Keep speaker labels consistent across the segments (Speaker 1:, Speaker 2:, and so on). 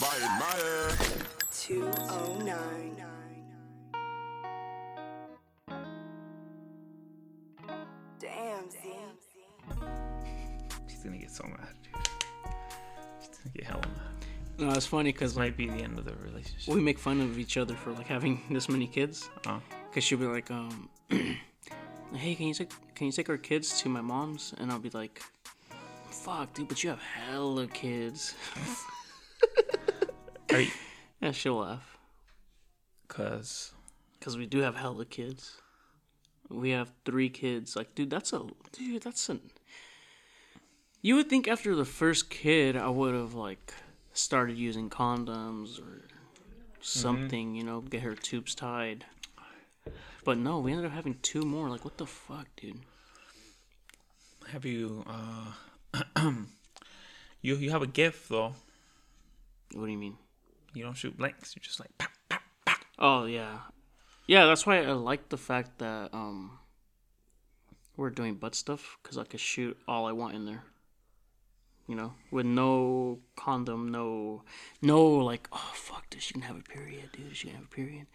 Speaker 1: biting my ass.
Speaker 2: 209. Damn, Damn.
Speaker 3: She's gonna get so mad, dude. She's gonna get hella mad.
Speaker 4: No, it's funny because
Speaker 3: This
Speaker 4: like
Speaker 3: might be the end of the relationship.
Speaker 4: we make fun of each other for like having this many kids.
Speaker 3: Uh,
Speaker 4: Cause she'll be like, um, hey, can you take can you take our kids to my mom's? And I'll be like, fuck, dude, but you have hella kids.
Speaker 3: are you?
Speaker 4: yeah, she'll laugh.
Speaker 3: Cause
Speaker 4: Cause we do have hella kids. We have three kids. Like, dude, that's a dude. That's an. You would think after the first kid, I would have like started using condoms or something. You know, get her tubes tied. But no, we ended up having two more. Like, what the fuck, dude?
Speaker 3: have you? Uh, you you have a gift though.
Speaker 4: What do you mean?
Speaker 3: You don't shoot blanks. You just like. Pow.
Speaker 4: Oh yeah, yeah. That's why I like the fact that um, we're doing butt stuff because I could shoot all I want in there. You know, with no condom, no, no like, oh fuck, dude, she can have a period, dude. She can have a period.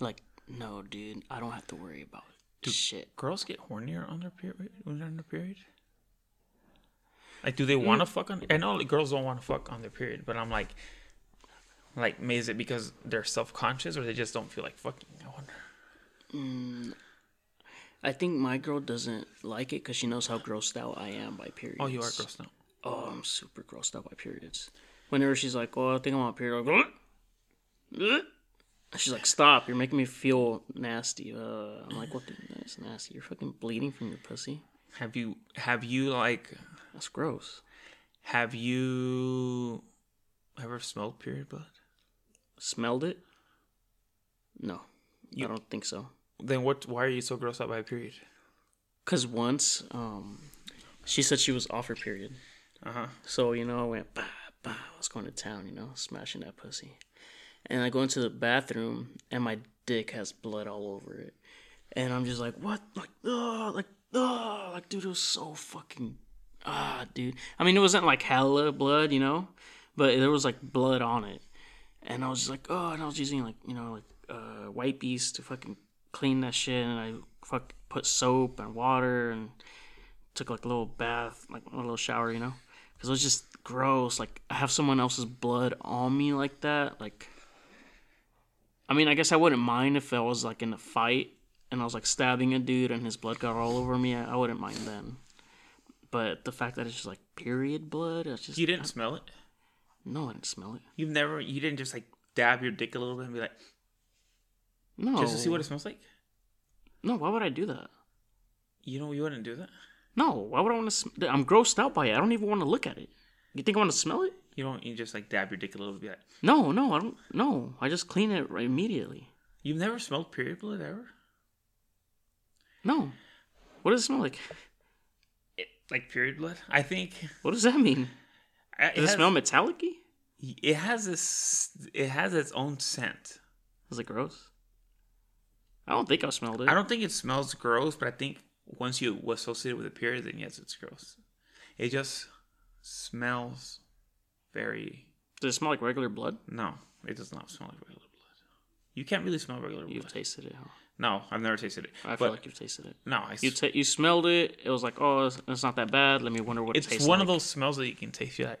Speaker 4: Like, no, dude, I don't have to worry about shit.
Speaker 3: Girls get hornier on their period. When they're on their period. Like, do they want to fuck on? I know like, girls don't want to fuck on their period, but I'm like, like, may is it because they're self conscious or they just don't feel like fucking? I wonder.
Speaker 4: I think my girl doesn't like it because she knows how grossed out I am by periods.
Speaker 3: Oh, you are gross now.
Speaker 4: oh, I'm super grossed out by periods. Whenever she's like, oh, I think I'm on a period, I go, "Ugh." she's like, stop, you're making me feel nasty. Uh, I'm like, what the, that's nasty. You're fucking bleeding from your pussy.
Speaker 3: Have you have you like
Speaker 4: That's gross.
Speaker 3: have you ever smelled period blood?
Speaker 4: Smelled it? No, I don't think so.
Speaker 3: Then what? Why are you so grossed out by a period?
Speaker 4: Cause once, um, she said she was off her period.
Speaker 3: Uh-huh.
Speaker 4: Uh huh. So you know, I went bah bah. I was going to town, you know, smashing that pussy. And I go into the bathroom, and my dick has blood all over it. And I'm just like, what? Like, ugh, like, ugh, like, dude, it was so fucking, ah, dude. I mean, it wasn't like hella blood, you know, but there was like blood on it. And I was just like, oh, and I was using like, you know, like uh, wipes to fucking clean that shit. And I fuck put soap and water and took like a little bath, like a little shower, you know, because it was just gross. Like I have someone else's blood on me like that. Like, I mean, I guess I wouldn't mind if I was like in a fight and I was like stabbing a dude and his blood got all over me. I, I wouldn't mind then. But the fact that it's just like period blood, it's just
Speaker 3: You didn't smell it.
Speaker 4: no, I didn't smell it.
Speaker 3: You've never. You didn't just like dab your dick a little bit and be like
Speaker 4: No,
Speaker 3: just to see what it smells like.
Speaker 4: No, why would I do that?
Speaker 3: You know you wouldn't do that.
Speaker 4: No, why would I want to? Sm- I'm grossed out by it. I don't even want to look at it. You think I want to smell it?
Speaker 3: You don't. You just like dab your dick a little bit. and Be like,
Speaker 4: No, no, I don't. No, I just clean it right immediately.
Speaker 3: you've never smelled period blood ever.
Speaker 4: No, what does it smell like?
Speaker 3: Like period blood. I think.
Speaker 4: What does that mean?
Speaker 3: I-
Speaker 4: Does it,
Speaker 3: has,
Speaker 4: smell metallic-y?
Speaker 3: It has this. It has its own scent.
Speaker 4: Is it gross? I don't think I smelled it.
Speaker 3: I don't think it smells gross, but I think once you associate it with a period, then yes, it's gross. It just smells very.
Speaker 4: Does it smell like regular blood?
Speaker 3: No, it does not smell like regular blood. You can't really smell regular
Speaker 4: You've
Speaker 3: blood.
Speaker 4: tasted it. Huh?
Speaker 3: no, I've never tasted it.
Speaker 4: I feel
Speaker 3: but
Speaker 4: like you've tasted it.
Speaker 3: no, I s-
Speaker 4: You ta- you smelled it. It was like, oh, it's, it's not that bad. Let me wonder what it
Speaker 3: it's
Speaker 4: tastes
Speaker 3: one
Speaker 4: like.
Speaker 3: of those smells that you can taste. You're like,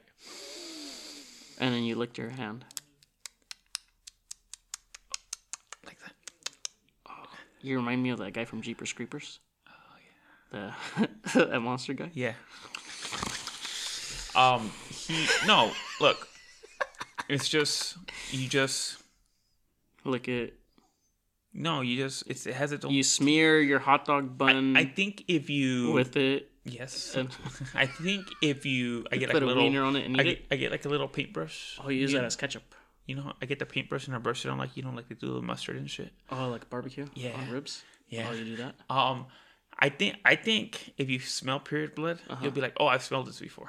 Speaker 4: And then you licked your hand.
Speaker 3: like that.
Speaker 4: You remind me of that guy from Jeepers Creepers. Oh yeah. The that monster guy.
Speaker 3: Yeah. Um. He no. Look. It's just you just
Speaker 4: Lick it.
Speaker 3: no you just it's, it has its own.
Speaker 4: You smear your hot dog bun
Speaker 3: I think if you
Speaker 4: with it.
Speaker 3: yes
Speaker 4: And
Speaker 3: I think if you, I get
Speaker 4: put
Speaker 3: like
Speaker 4: a
Speaker 3: a little.
Speaker 4: wiener on it and
Speaker 3: I
Speaker 4: eat
Speaker 3: get,
Speaker 4: it?
Speaker 3: I get like a little paintbrush.
Speaker 4: Oh, you use that as ketchup.
Speaker 3: You know, I get the paintbrush and I brush it on like you know, like they do with mustard and shit.
Speaker 4: Oh, like barbecue.
Speaker 3: Yeah.
Speaker 4: On ribs.
Speaker 3: Yeah.
Speaker 4: Oh, you do that.
Speaker 3: Um, I think I think if you smell period blood,
Speaker 4: Uh-huh.
Speaker 3: you'll be like, oh, I've smelled this before.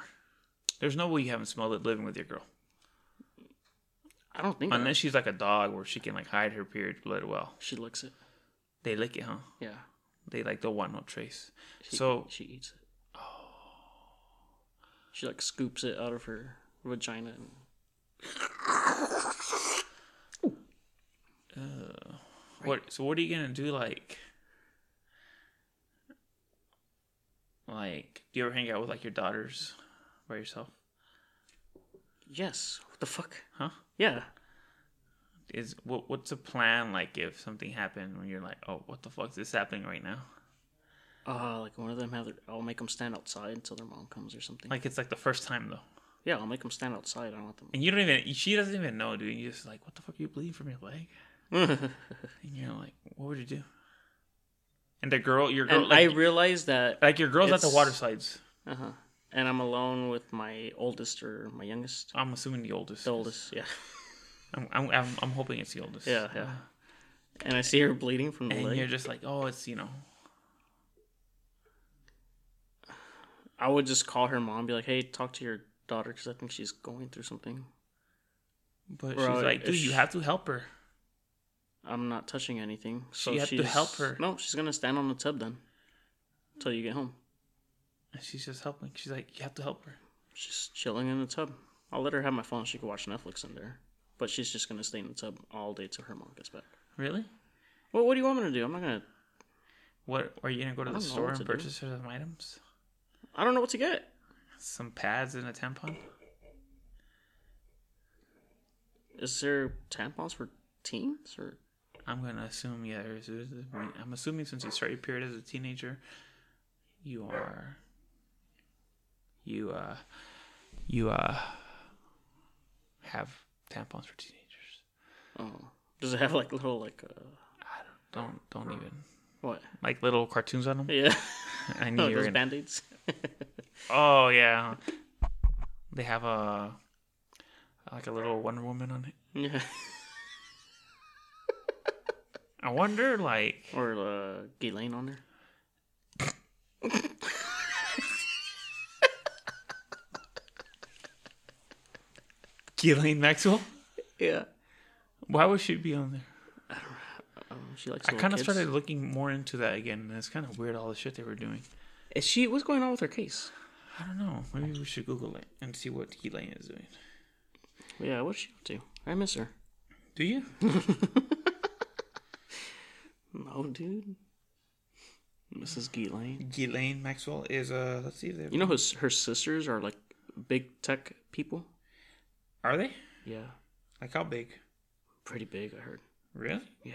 Speaker 3: There's no way you haven't smelled it living with your girl,
Speaker 4: I don't think I-
Speaker 3: unless she's like a dog where she can like hide her period blood well.
Speaker 4: she licks it.
Speaker 3: They lick it, huh?
Speaker 4: Yeah.
Speaker 3: They like don't want no trace.
Speaker 4: She,
Speaker 3: so
Speaker 4: she eats it. Oh. She like scoops it out of her vagina. And...
Speaker 3: What? So what are you gonna do? Like, like, do you ever hang out with like your daughters by yourself?
Speaker 4: Yes. What the fuck?
Speaker 3: Huh?
Speaker 4: Yeah.
Speaker 3: Is what? What's a plan? Like, if something happened when you're like, oh, what the fuck is this happening right now?
Speaker 4: Uh, like one of them have their, I'll make them stand outside until their mom comes or something.
Speaker 3: Like, it's like the first time though,
Speaker 4: yeah, I'll make them stand outside. I don't want them.
Speaker 3: and you don't even. She doesn't even know, dude. You just like, what the fuck are you bleeding from your leg? and you're like, what would you do? And the girl, your girl,
Speaker 4: and I
Speaker 3: like,
Speaker 4: realize that.
Speaker 3: like your girl's at the
Speaker 4: it's-
Speaker 3: water slides.
Speaker 4: Uh huh. And I'm alone with my oldest or my youngest.
Speaker 3: I'm assuming the oldest.
Speaker 4: The oldest, yeah,
Speaker 3: I'm, I'm, I'm, I'm hoping it's the oldest.
Speaker 4: yeah, yeah. And I see her bleeding from the
Speaker 3: And
Speaker 4: leg.
Speaker 3: you're just like, oh, it's you know,
Speaker 4: I would just call her mom, be like, "Hey, talk to your daughter because I think she's going through something.
Speaker 3: but
Speaker 4: Bro,
Speaker 3: she's like,
Speaker 4: if
Speaker 3: dude, you
Speaker 4: she-
Speaker 3: have to help her.
Speaker 4: I'm not touching anything." So
Speaker 3: you have to
Speaker 4: she's...
Speaker 3: help her.
Speaker 4: No, she's gonna stand on the tub then, until you get home.
Speaker 3: And she's just helping. She's like, you have to help her.
Speaker 4: She's chilling in the tub. I'll let her have my phone. She can watch Netflix in there. But she's just gonna stay in the tub all day till her mom gets back.
Speaker 3: Really?
Speaker 4: Well, what do you want me to do? I'm not gonna.
Speaker 3: What are you gonna go to
Speaker 4: I
Speaker 3: the
Speaker 4: don't know
Speaker 3: store
Speaker 4: what
Speaker 3: and
Speaker 4: to do.
Speaker 3: purchase her some items?
Speaker 4: I don't know what to get.
Speaker 3: Some pads and a tampon?
Speaker 4: Is there tampons for teens or?
Speaker 3: I'm gonna assume yeah. There's, there's, I'm assuming since you start your period as a teenager, you are. You uh, you uh, have tampons for teenagers.
Speaker 4: Oh, does it have like little like uh
Speaker 3: Don't don't even
Speaker 4: what?
Speaker 3: like little cartoons on them.
Speaker 4: Yeah,
Speaker 3: I knew you were
Speaker 4: those
Speaker 3: gonna
Speaker 4: band aids.
Speaker 3: Oh yeah, they have a like a little Wonder Woman on it.
Speaker 4: yeah,
Speaker 3: I wonder, like,
Speaker 4: or uh, Ghislaine on there.
Speaker 3: Ghislaine Maxwell,
Speaker 4: Yeah,
Speaker 3: why would she be on there?
Speaker 4: um, she likes.
Speaker 3: I kind of
Speaker 4: kids.
Speaker 3: started looking more into that again, and it's kind of weird all the shit they were doing.
Speaker 4: Is she? What's going on with her case?
Speaker 3: I don't know. Maybe we should Google it and see what Ghislaine is doing.
Speaker 4: Yeah, what's she up to? I miss her.
Speaker 3: Do you?
Speaker 4: No, dude. Mrs. Ghislaine.
Speaker 3: Ghislaine Maxwell is uh. Let's see if they
Speaker 4: You know his her sisters are like big tech people.
Speaker 3: are they
Speaker 4: Yeah,
Speaker 3: like how big?
Speaker 4: pretty big. I heard.
Speaker 3: Really?
Speaker 4: Yeah.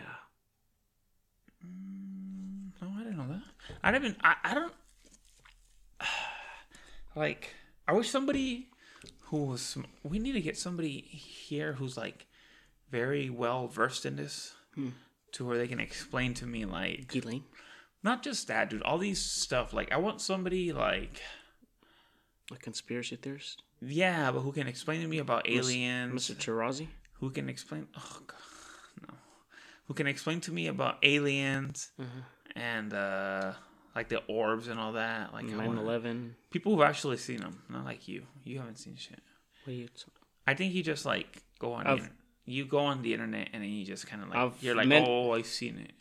Speaker 3: No, I didn't know that. I don't even. I, I don't. Like, I wish somebody who was. sm- We need to get somebody here who's like very well versed in this, to where they can explain to me like
Speaker 4: Ghislaine.
Speaker 3: not just that, dude. All these stuff. Like, I want somebody like
Speaker 4: A conspiracy theorist.
Speaker 3: yeah, but who can explain to me about
Speaker 4: Miss-
Speaker 3: aliens?
Speaker 4: Mr. Tarazi.
Speaker 3: Who can explain? Oh god, no. Who can explain to me about aliens and uh like the orbs and all that? Like I wanna-
Speaker 4: 9-11.
Speaker 3: people who've actually seen them, not like you. You haven't seen shit.
Speaker 4: What are you t-
Speaker 3: I think you just like go on. the
Speaker 4: I've-
Speaker 3: inter- you go on the internet and then you just kind of like
Speaker 4: I've
Speaker 3: you're like,
Speaker 4: meant-
Speaker 3: oh, I've seen it.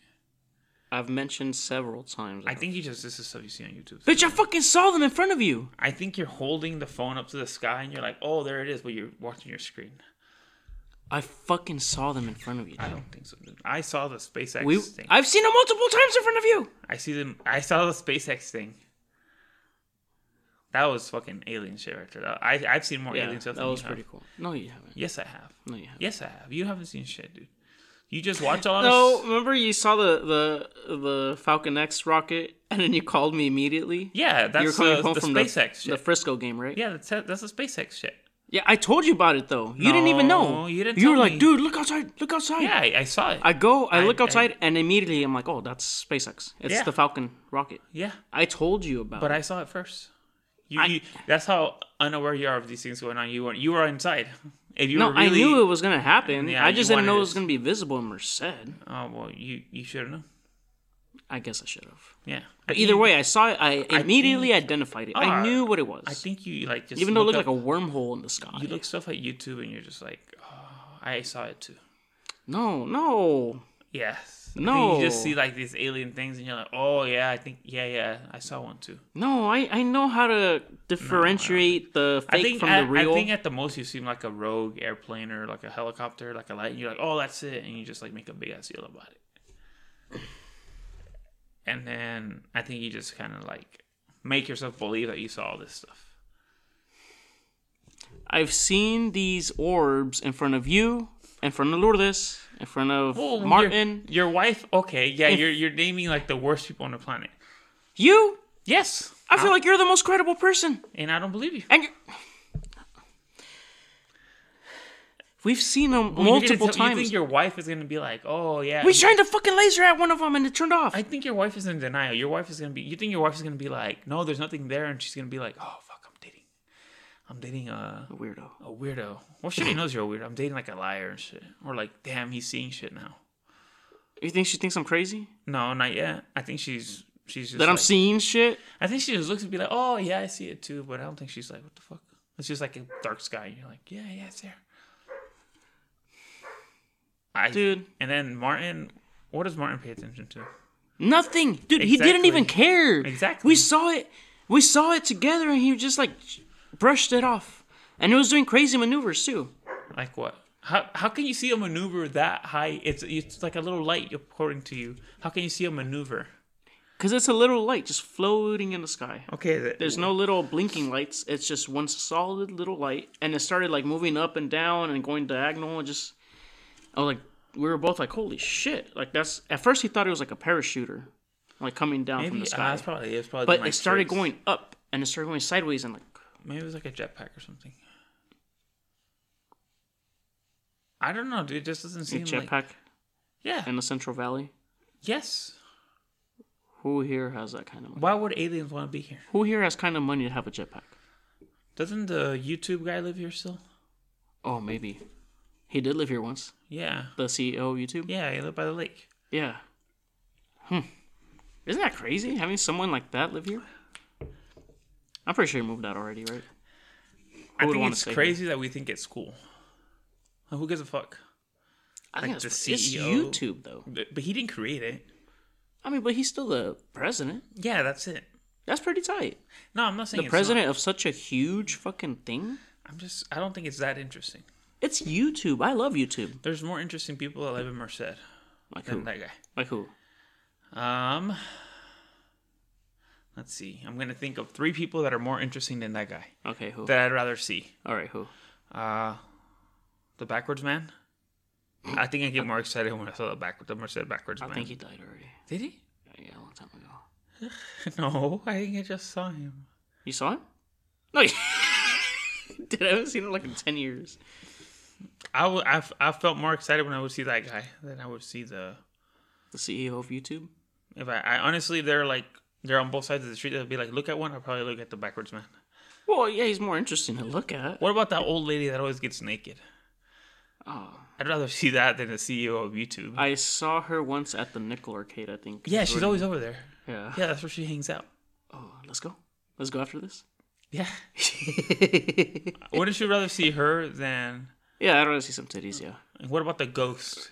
Speaker 4: I've mentioned several times.
Speaker 3: I think you just this is stuff you see on YouTube.
Speaker 4: Bitch, I fucking saw them in front of you.
Speaker 3: I think you're holding the phone up to the sky and you're like, oh, there it is, but you're watching your screen.
Speaker 4: I fucking saw them in front of you.
Speaker 3: I don't think so. dude. I saw the SpaceX
Speaker 4: We,
Speaker 3: thing. I,
Speaker 4: I've seen them multiple times in front of you.
Speaker 3: see them. I saw the SpaceX thing. That was fucking alien shit right there. I I've seen more alien stuff.
Speaker 4: that
Speaker 3: than
Speaker 4: was
Speaker 3: you Oh, have.
Speaker 4: pretty cool. No, you haven't.
Speaker 3: Yes, I have.
Speaker 4: No, you haven't.
Speaker 3: Yes, I have. You haven't seen shit, dude. You just watch all.
Speaker 4: No,
Speaker 3: this-
Speaker 4: remember you saw the, the the Falcon X rocket, and then you called me immediately.
Speaker 3: Yeah,
Speaker 4: you were
Speaker 3: that's
Speaker 4: coming
Speaker 3: the,
Speaker 4: home
Speaker 3: the
Speaker 4: from
Speaker 3: SpaceX
Speaker 4: the,
Speaker 3: shit.
Speaker 4: the Frisco game, right?
Speaker 3: yeah, that's that's the SpaceX shit.
Speaker 4: Yeah, I told you about it though. You didn't even
Speaker 3: No,
Speaker 4: know.
Speaker 3: you didn't
Speaker 4: You were
Speaker 3: tell
Speaker 4: like,
Speaker 3: me.
Speaker 4: dude, look outside, look outside.
Speaker 3: Yeah, I, I saw it.
Speaker 4: Oh. I go, I,
Speaker 3: I-
Speaker 4: look
Speaker 3: I-
Speaker 4: outside, and immediately I'm like, oh, that's SpaceX. It's
Speaker 3: Yeah.
Speaker 4: the Falcon rocket.
Speaker 3: yeah,
Speaker 4: I told you about.
Speaker 3: but
Speaker 4: it.
Speaker 3: I saw it first. You,
Speaker 4: I-
Speaker 3: you that's how unaware you are of these things going on. You were you were inside. If you
Speaker 4: no,
Speaker 3: were really,
Speaker 4: I knew it was gonna happen.
Speaker 3: Yeah,
Speaker 4: I
Speaker 3: you
Speaker 4: just didn't
Speaker 3: wanted
Speaker 4: know
Speaker 3: it.
Speaker 4: it was gonna be visible in Merced.
Speaker 3: Oh well, you you should have known.
Speaker 4: I guess I should have.
Speaker 3: Yeah.
Speaker 4: But either way, I saw it. I immediately identified it. I
Speaker 3: Ah,
Speaker 4: knew what it was.
Speaker 3: I think you like just
Speaker 4: even though it looked
Speaker 3: look
Speaker 4: like a wormhole in the sky.
Speaker 3: up- you look stuff at YouTube and you're just like, oh, I saw it too.
Speaker 4: No, no.
Speaker 3: Yes. I think
Speaker 4: No.
Speaker 3: You just see like these alien things and you're like, oh yeah, I think yeah yeah, I saw one too.
Speaker 4: No, I, I know how to differentiate the
Speaker 3: I
Speaker 4: fake
Speaker 3: think
Speaker 4: from
Speaker 3: at,
Speaker 4: the real.
Speaker 3: I think at the most you seem like a rogue airplane or like a helicopter, like a light. And you're like, oh, that's it, and you just like make a big ass deal about it. and then I think you just kind of like make yourself believe that you saw all this stuff.
Speaker 4: I've seen these orbs in front of you, in front of Lourdes, in front of
Speaker 3: Well, your-
Speaker 4: Martin.
Speaker 3: your, wife. Okay, yeah, you're you're naming like the worst people on the planet.
Speaker 4: You?
Speaker 3: Yes,
Speaker 4: I feel like you're the most credible person.
Speaker 3: and I don't believe you.
Speaker 4: And you're... We've seen them
Speaker 3: You're gonna
Speaker 4: multiple
Speaker 3: tell- You
Speaker 4: times.
Speaker 3: think your wife is gonna be like, oh yeah?
Speaker 4: we shined a fucking laser at one of them and it turned off.
Speaker 3: I think your wife is in denial. Your wife is gonna be. You think your wife is gonna be like, no, there's nothing there, and she's gonna be like, oh fuck, I'm dating, I'm dating a
Speaker 4: Weirdo.
Speaker 3: a weirdo. Well, shit, he knows you're a weirdo. I'm dating like a liar and shit. Or like, damn, he's seeing shit now.
Speaker 4: You think she thinks I'm crazy?
Speaker 3: No, not yet. I think she's she's just
Speaker 4: That I'm
Speaker 3: like-
Speaker 4: seeing shit?
Speaker 3: I think she just looks and be like, oh yeah, I see it too, but I don't think she's like, what the fuck? It's just like a dark sky, and you're like, yeah, yeah, it's there. I,
Speaker 4: Dude.
Speaker 3: And then Martin, what does Martin pay attention to?
Speaker 4: Nothing. Dude, he didn't
Speaker 3: Exactly.
Speaker 4: even care.
Speaker 3: Exactly.
Speaker 4: We saw it. We saw it together and he just like brushed it off. And it was doing crazy maneuvers too.
Speaker 3: Like what? How how can you see a maneuver that high? It's it's like a little light according to you. How can you see a maneuver?
Speaker 4: Because it's a little light just floating in the sky.
Speaker 3: Okay, that,
Speaker 4: There's no little blinking lights. It's just one solid little light. And it started like moving up and down and going diagonal and just I was like we were both like, holy shit. Like that's at first he thought it was like a parachuter. Like coming down from
Speaker 3: maybe
Speaker 4: the
Speaker 3: ah,
Speaker 4: sky.
Speaker 3: that's probably it's probably
Speaker 4: but
Speaker 3: my
Speaker 4: it started
Speaker 3: tricks.
Speaker 4: going up and it started going sideways and like
Speaker 3: Maybe it was like a jetpack or something. I don't know, dude. It just doesn't
Speaker 4: a
Speaker 3: seem
Speaker 4: jetpack
Speaker 3: like yeah.
Speaker 4: in the Central Valley.
Speaker 3: yes.
Speaker 4: Who here has that kind of money?
Speaker 3: Why would aliens want to be here?
Speaker 4: Who here has kind of money to have a jetpack?
Speaker 3: Doesn't the YouTube guy live here still?
Speaker 4: Oh, maybe. He did live here once.
Speaker 3: Yeah.
Speaker 4: The CEO of YouTube?
Speaker 3: Yeah, he lived by the lake.
Speaker 4: Yeah. Hmm. Isn't that crazy having someone like that live here? I'm pretty sure he moved out already, right?
Speaker 3: I
Speaker 4: would
Speaker 3: think
Speaker 4: wanna
Speaker 3: it's
Speaker 4: stay here?
Speaker 3: crazy that we think it's cool. Like, who gives a fuck?
Speaker 4: I
Speaker 3: Like
Speaker 4: think
Speaker 3: the E
Speaker 4: it's, it's
Speaker 3: CEO?
Speaker 4: YouTube though.
Speaker 3: But, but he didn't create it.
Speaker 4: I mean, but he's still the president.
Speaker 3: Yeah, that's it.
Speaker 4: That's pretty tight.
Speaker 3: No, I'm not saying
Speaker 4: the
Speaker 3: it's
Speaker 4: president of such a huge fucking thing.
Speaker 3: Not. I'm just. I don't think it's that interesting.
Speaker 4: It's YouTube. I love YouTube.
Speaker 3: There's more interesting people that live in Merced
Speaker 4: Like who?
Speaker 3: than that guy.
Speaker 4: Like who?
Speaker 3: Um, let's see. I'm gonna think of three people that are more interesting than that guy
Speaker 4: Okay, who?
Speaker 3: that I'd rather see.
Speaker 4: All right, who?
Speaker 3: Uh, the backwards man. I think I get more excited when I saw the back the Merced backwards
Speaker 4: I
Speaker 3: man.
Speaker 4: think he died already.
Speaker 3: Did he?
Speaker 4: Yeah, yeah, a long time ago.
Speaker 3: No, I think I just saw him.
Speaker 4: You saw him? No. you- Dude, I haven't seen him like in ten years.
Speaker 3: I, w- I, f- I felt more excited when I would see that guy than I would see the.
Speaker 4: The CEO of YouTube.
Speaker 3: If I, I honestly, they're like they're on both sides of the street. I'd be like, look at one. I'd probably look at the backwards man.
Speaker 4: Well, yeah, he's more interesting to look at.
Speaker 3: What about that old lady that always gets naked?
Speaker 4: Oh,
Speaker 3: I'd rather see that than the CEO of YouTube.
Speaker 4: I saw her once at the Nickel Arcade, I think.
Speaker 3: yeah, she's always over there.
Speaker 4: Yeah.
Speaker 3: Yeah, that's where she hangs out.
Speaker 4: Oh, let's go. Let's go after this.
Speaker 3: Yeah. Wouldn't you rather see her than?
Speaker 4: yeah, I'd rather see some titties. Yeah.
Speaker 3: and What about the ghost?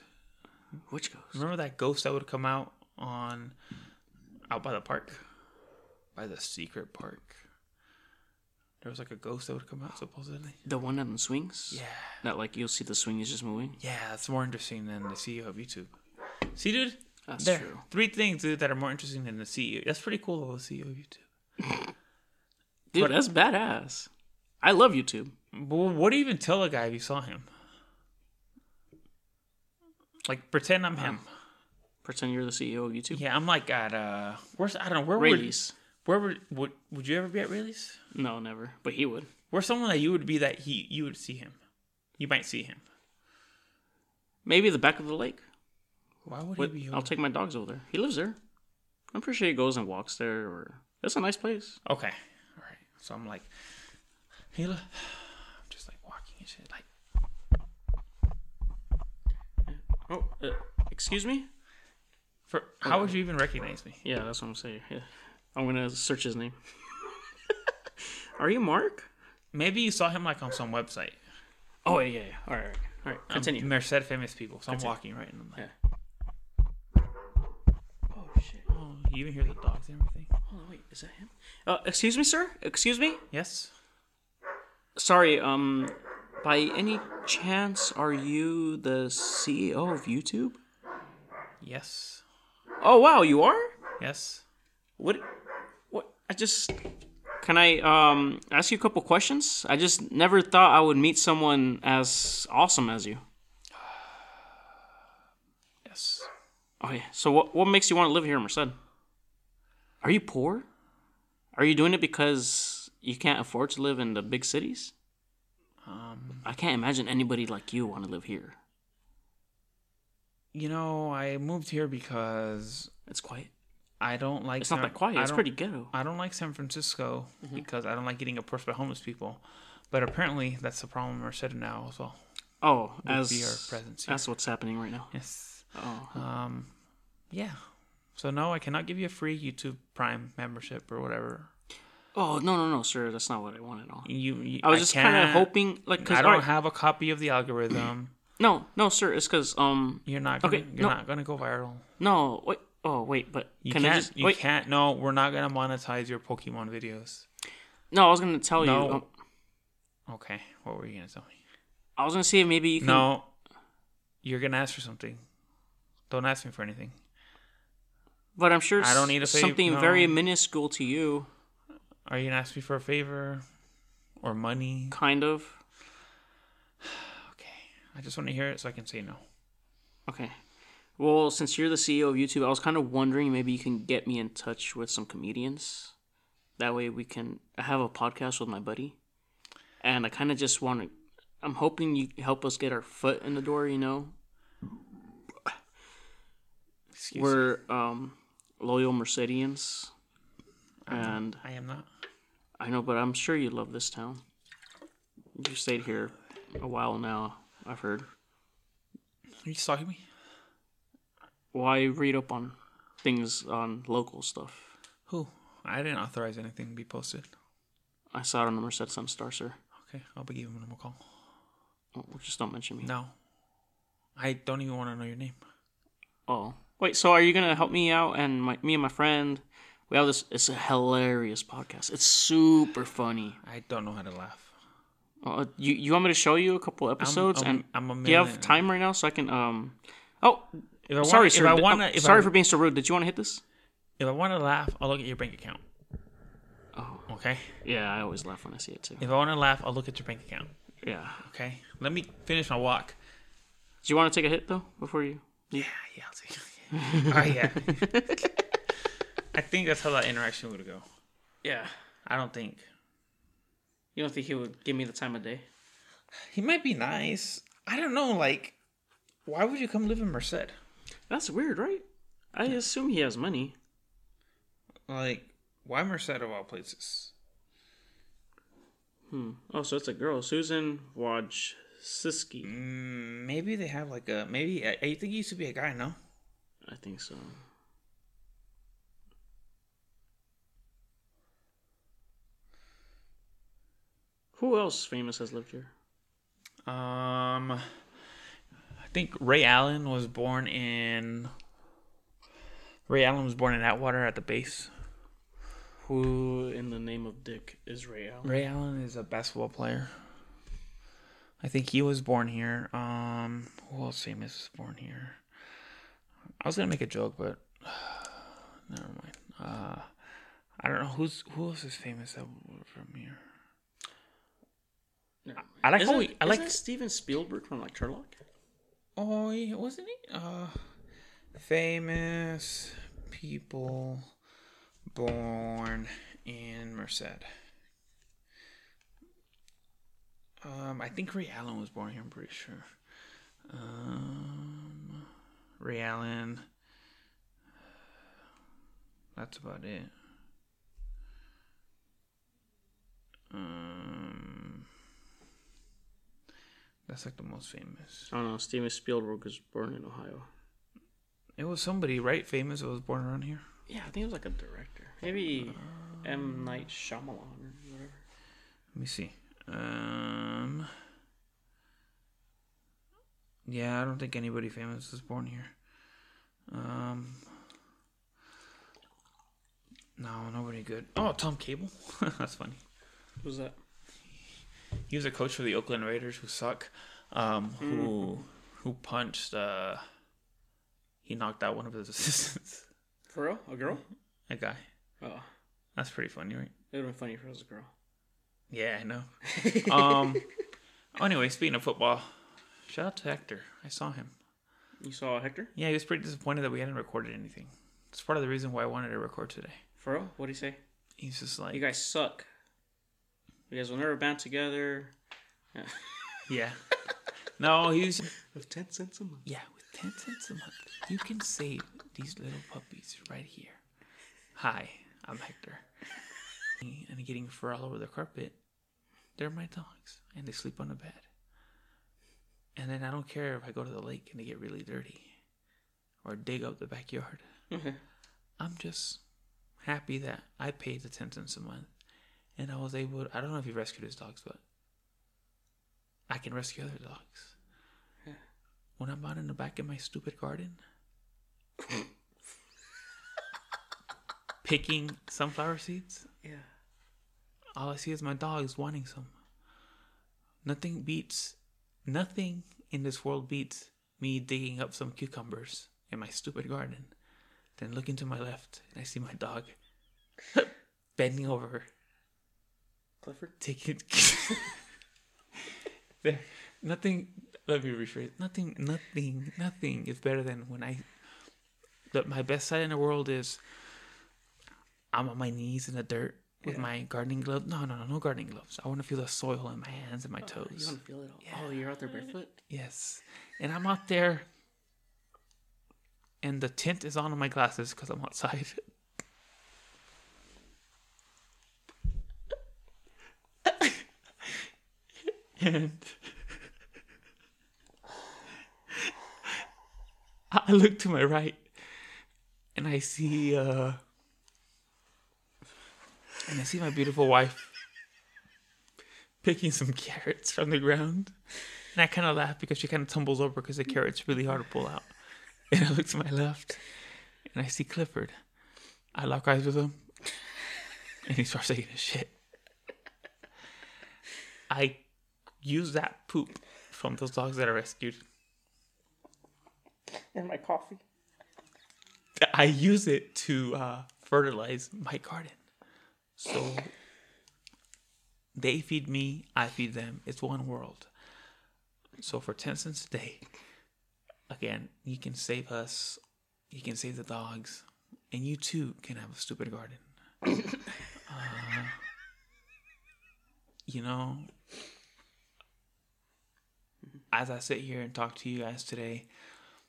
Speaker 4: Which goes?
Speaker 3: Remember that ghost that would come out on out by the park, by the secret park. There was like a ghost that would come out supposedly.
Speaker 4: The one on the swings.
Speaker 3: Yeah,
Speaker 4: That like you'll see the swing is just moving.
Speaker 3: yeah, that's more interesting than the CEO of YouTube. See, dude,
Speaker 4: That's
Speaker 3: there
Speaker 4: true.
Speaker 3: three things, dude, that are more interesting than the CEO. That's pretty cool, though, the CEO of YouTube.
Speaker 4: Dude, that's badass. I love YouTube.
Speaker 3: But what do you even tell a guy if you saw him? Like, pretend I'm
Speaker 4: Um,
Speaker 3: him.
Speaker 4: Pretend you're the CEO of YouTube.
Speaker 3: Yeah, I'm like at uh, where's I don't know where
Speaker 4: Rayleigh's.
Speaker 3: would where would would, would you ever be at Rayleigh's?
Speaker 4: No, never. But he would.
Speaker 3: Where's someone that you would be that he you would see him, you might see him.
Speaker 4: Maybe the back of the lake.
Speaker 3: Why would
Speaker 4: Wait,
Speaker 3: he be?
Speaker 4: I'll
Speaker 3: over-
Speaker 4: take my dogs over there. He lives there. I'm pretty sure he goes and walks there. Or it's a nice place.
Speaker 3: okay, all right. So I'm like, hey, look, I'm just like walking and shit. Like,
Speaker 4: Oh, uh, excuse me.
Speaker 3: for how would you even recognize me?
Speaker 4: Yeah, that's what I'm saying. Yeah. I'm gonna search his name. Are you Mark?
Speaker 3: Maybe you saw him like on some website.
Speaker 4: Oh yeah, yeah. yeah. All right, all right, all right. Continue.
Speaker 3: Um, Merced famous people. So I'm walking right, and I'm like,
Speaker 4: Yeah. oh shit.
Speaker 3: oh, you even hear the dogs and everything.
Speaker 4: Hold on, wait. Is that him? Uh, excuse me, sir. Excuse me.
Speaker 3: Yes.
Speaker 4: Sorry. Um, by any E chance, are you the CEO of YouTube?
Speaker 3: Yes.
Speaker 4: Oh wow, you are?
Speaker 3: Yes.
Speaker 4: What? What? I just. Can I um ask you a couple questions? I just never thought I would meet someone as awesome as you.
Speaker 3: Yes.
Speaker 4: Oh yeah. So what what makes you want to live here in Merced? Are you poor? Are you doing it because you can't afford to live in the big cities?
Speaker 3: Um,
Speaker 4: I can't imagine anybody like you want to live here.
Speaker 3: you know, I moved here because
Speaker 4: It's quiet.
Speaker 3: I don't like.
Speaker 4: It's not
Speaker 3: San-
Speaker 4: that quiet.
Speaker 3: I
Speaker 4: It's
Speaker 3: don't-
Speaker 4: pretty Mm-hmm. ghetto.
Speaker 3: I don't like San Francisco because I don't like getting approached by homeless people. But apparently, that's the problem in Merced now as well.
Speaker 4: Oh,
Speaker 3: be our
Speaker 4: as
Speaker 3: presence here.
Speaker 4: that's what's happening right now.
Speaker 3: Yes.
Speaker 4: Oh,
Speaker 3: Um, yeah. So no, I cannot give you a free YouTube Prime membership or whatever.
Speaker 4: oh no no no, sir. That's not what I want at all.
Speaker 3: You, you
Speaker 4: I was just kind of
Speaker 3: can't-
Speaker 4: hoping like cause,
Speaker 3: I don't
Speaker 4: alright,
Speaker 3: have a copy of the algorithm.
Speaker 4: no no sir. It's because um
Speaker 3: You're not gonna,
Speaker 4: Okay,
Speaker 3: you're
Speaker 4: no.
Speaker 3: not gonna go viral.
Speaker 4: no wait oh wait but
Speaker 3: You
Speaker 4: can
Speaker 3: can't.
Speaker 4: I just
Speaker 3: you
Speaker 4: wait
Speaker 3: can't. No, we're not gonna monetize your Pokemon videos.
Speaker 4: no I was gonna tell
Speaker 3: No.
Speaker 4: you um,
Speaker 3: Okay, what were you gonna tell me?
Speaker 4: I was gonna say maybe you can
Speaker 3: No, you're gonna ask for something. Don't ask me for anything.
Speaker 4: But I'm sure
Speaker 3: I
Speaker 4: it's
Speaker 3: don't need to pay-
Speaker 4: something
Speaker 3: no.
Speaker 4: very minuscule to you,
Speaker 3: Are you gonna ask me for a favor or money?
Speaker 4: kind of.
Speaker 3: Okay, I just want to hear it so I can say no.
Speaker 4: Okay. Well, since you're the CEO of YouTube, I was kind of wondering maybe you can get me in touch with some comedians. That way we can I have a podcast with my buddy. And I kind of just want to I'm hoping you help us get our foot in the door, you know.
Speaker 3: Excuse me.
Speaker 4: We're um loyal Mercedians. And
Speaker 3: I am not.
Speaker 4: I know, but I'm sure you love this town. You stayed here a while now, I've heard.
Speaker 3: Are you stalking me?
Speaker 4: Well, I read up on things on local stuff.
Speaker 3: Who? I didn't authorize anything to be posted.
Speaker 4: I saw it on the Merced Sun Star, sir.
Speaker 3: Okay, I'll be giving them a call.
Speaker 4: Oh, just don't mention me.
Speaker 3: No, I don't even want to know your name.
Speaker 4: Oh, wait. So are you gonna help me out and my, me and my friend? We have this. It's a hilarious podcast. It's super funny.
Speaker 3: I don't know how to laugh.
Speaker 4: Uh, you you want me to show you a couple episodes
Speaker 3: I'm-
Speaker 4: and
Speaker 3: I'm a
Speaker 4: do you have
Speaker 3: man.
Speaker 4: time right now so I can um. Oh,
Speaker 3: If I
Speaker 4: sorry,
Speaker 3: wanna,
Speaker 4: sir.
Speaker 3: If I
Speaker 4: Did- oh,
Speaker 3: want to,
Speaker 4: sorry
Speaker 3: I,
Speaker 4: for being so rude. Did you want to hit this?
Speaker 3: If I want to laugh, I'll look at your bank account.
Speaker 4: Oh.
Speaker 3: Okay.
Speaker 4: Yeah, I always laugh when I see it too.
Speaker 3: If I want to laugh, I'll look at your bank account.
Speaker 4: Yeah.
Speaker 3: Okay. Let me finish my walk.
Speaker 4: Do you want to take a hit though before you?
Speaker 3: Yeah, yeah, I'll take it. All right, yeah. I think that's how that interaction would go.
Speaker 4: Yeah.
Speaker 3: I don't think
Speaker 4: You don't think he would give me the time of day?
Speaker 3: he might be nice. I don't know. Like, why would you come live in Merced?
Speaker 4: That's weird, right? I assume he has money.
Speaker 3: Like, why Merced of all places?
Speaker 4: Oh, so it's a girl, Susan Wojcicki.
Speaker 3: Mm, maybe they have like a maybe. I, I think he used to be a guy. No.
Speaker 4: I think so. Who else famous has lived here?
Speaker 3: Um, I think Ray Allen was born in. Ray Allen was born in Atwater at the base.
Speaker 4: Who in the name of Dick is Ray Allen?
Speaker 3: Ray Allen is a basketball player. I think he was born here. Um, who else famous was born here? I was gonna make a joke, but never mind. Uh, I don't know who's who else is famous that were from here.
Speaker 4: No.
Speaker 3: I like
Speaker 4: Isn't-
Speaker 3: how we- I like-
Speaker 4: isn't Steven Spielberg from like Sherlock.
Speaker 3: Oh, yeah, wasn't he? Uh, famous people born in Merced. Um, I think Ray Allen was born here. I'm pretty sure. Um, Ray Allen. That's about it. Um, that's like the most famous.
Speaker 4: I don't know. Steven Spielberg was born in Ohio.
Speaker 3: It was somebody, right? Famous that was born around here.
Speaker 4: Yeah, I think it was like a director. Maybe M Night Shyamalan or whatever.
Speaker 3: Let me see. Um. Yeah, I don't think anybody famous was born here. Um. No, nobody good. Oh, Tom Cable. That's funny.
Speaker 4: Who's that?
Speaker 3: He was a coach for the Oakland Raiders, who suck. Um, who who punched? Uh, he knocked out one of his assistants.
Speaker 4: For real? A girl?
Speaker 3: A guy.
Speaker 4: Oh,
Speaker 3: That's pretty funny, right?
Speaker 4: it would have been funny if it was a girl.
Speaker 3: Yeah, I know. um. oh, Anyway, speaking of football, shout out to Hector. I saw him.
Speaker 4: You saw Hector?
Speaker 3: Yeah, he was pretty disappointed that we hadn't recorded anything. It's part of the reason why I wanted to record today.
Speaker 4: For real? What'd he say?
Speaker 3: He's just like,
Speaker 4: You guys suck. You guys will never band together.
Speaker 3: yeah. No, he's
Speaker 4: Of 10 cents a month.
Speaker 3: yeah. With ten cents a month, you can save these little puppies right here. Hi, I'm Hector. And getting fur all over the carpet. They're my dogs, and they sleep on the bed. And then I don't care if I go to the lake and they get really dirty, or dig up the backyard.
Speaker 4: Okay.
Speaker 3: I'm just happy that I paid the ten cents a month, and I was able. I don't know if he rescued his dogs, but I can rescue other dogs. When I'm out in the back of my stupid garden, picking sunflower seeds,
Speaker 4: Yeah.
Speaker 3: all I see is my dogs wanting some. Nothing beats, nothing in this world beats me digging up some cucumbers in my stupid garden. Then looking to my left, and I see my dog bending over,
Speaker 4: Clifford?
Speaker 3: taking. there, nothing. Let me rephrase. Nothing, nothing, nothing is better than when I. That my best side in the world is. I'm on my knees in the dirt with my gardening gloves. No, no, no, no gardening gloves. I want to feel the soil in my hands and my
Speaker 4: You
Speaker 3: toes.
Speaker 4: don't feel it all. Oh, you're out there barefoot?
Speaker 3: Yes. And I'm out there and the tint is on my glasses because I'm outside. and I look to my right and I see uh and I see my beautiful wife picking some carrots from the ground. And I kind of laugh because she kind of tumbles over because the carrot's really hard to pull out. And I look to my left and I see Clifford. I lock eyes with him and he starts taking his shit. I use that poop from those dogs that I rescued.
Speaker 4: And my coffee.
Speaker 3: I use it to uh, fertilize my garden. So they feed me, I feed them. It's one world. So for 10 cents a day, again, you can save us, you can save the dogs, and you too can have a stupid garden. uh, you know, as I sit here and talk to you guys today,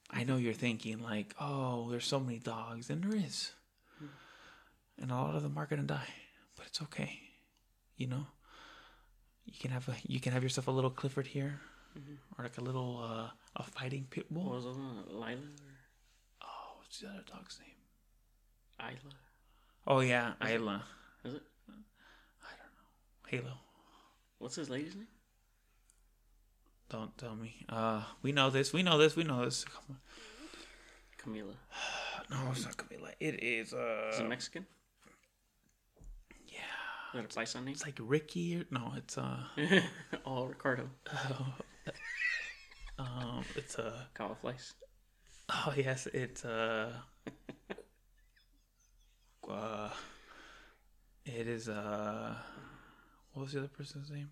Speaker 3: I know you're thinking like, oh, there's so many dogs, and there is, and a lot of them are gonna die, but it's okay, you know. You can have a you can have yourself a little Clifford here, or like a little uh, a fighting pit bull.
Speaker 4: What was the other one? Lila or
Speaker 3: oh, what's the other dog's name?
Speaker 4: Isla?
Speaker 3: Oh yeah, Isla,
Speaker 4: Is it?
Speaker 3: Halo.
Speaker 4: What's his lady's name?
Speaker 3: Don't tell me. Uh, we know this. We know this. We know this. Come on.
Speaker 4: Camila.
Speaker 3: No, it's not Camila. It is
Speaker 4: Is
Speaker 3: uh.
Speaker 4: it Mexican? Yeah. Is that a bison name?
Speaker 3: It's like Ricky. Or, no, it's uh.
Speaker 4: oh, Ricardo.
Speaker 3: Um, it's uh.
Speaker 4: Kyle Fleiss.
Speaker 3: Oh yes, it's uh, uh it is uh what was the other person's name?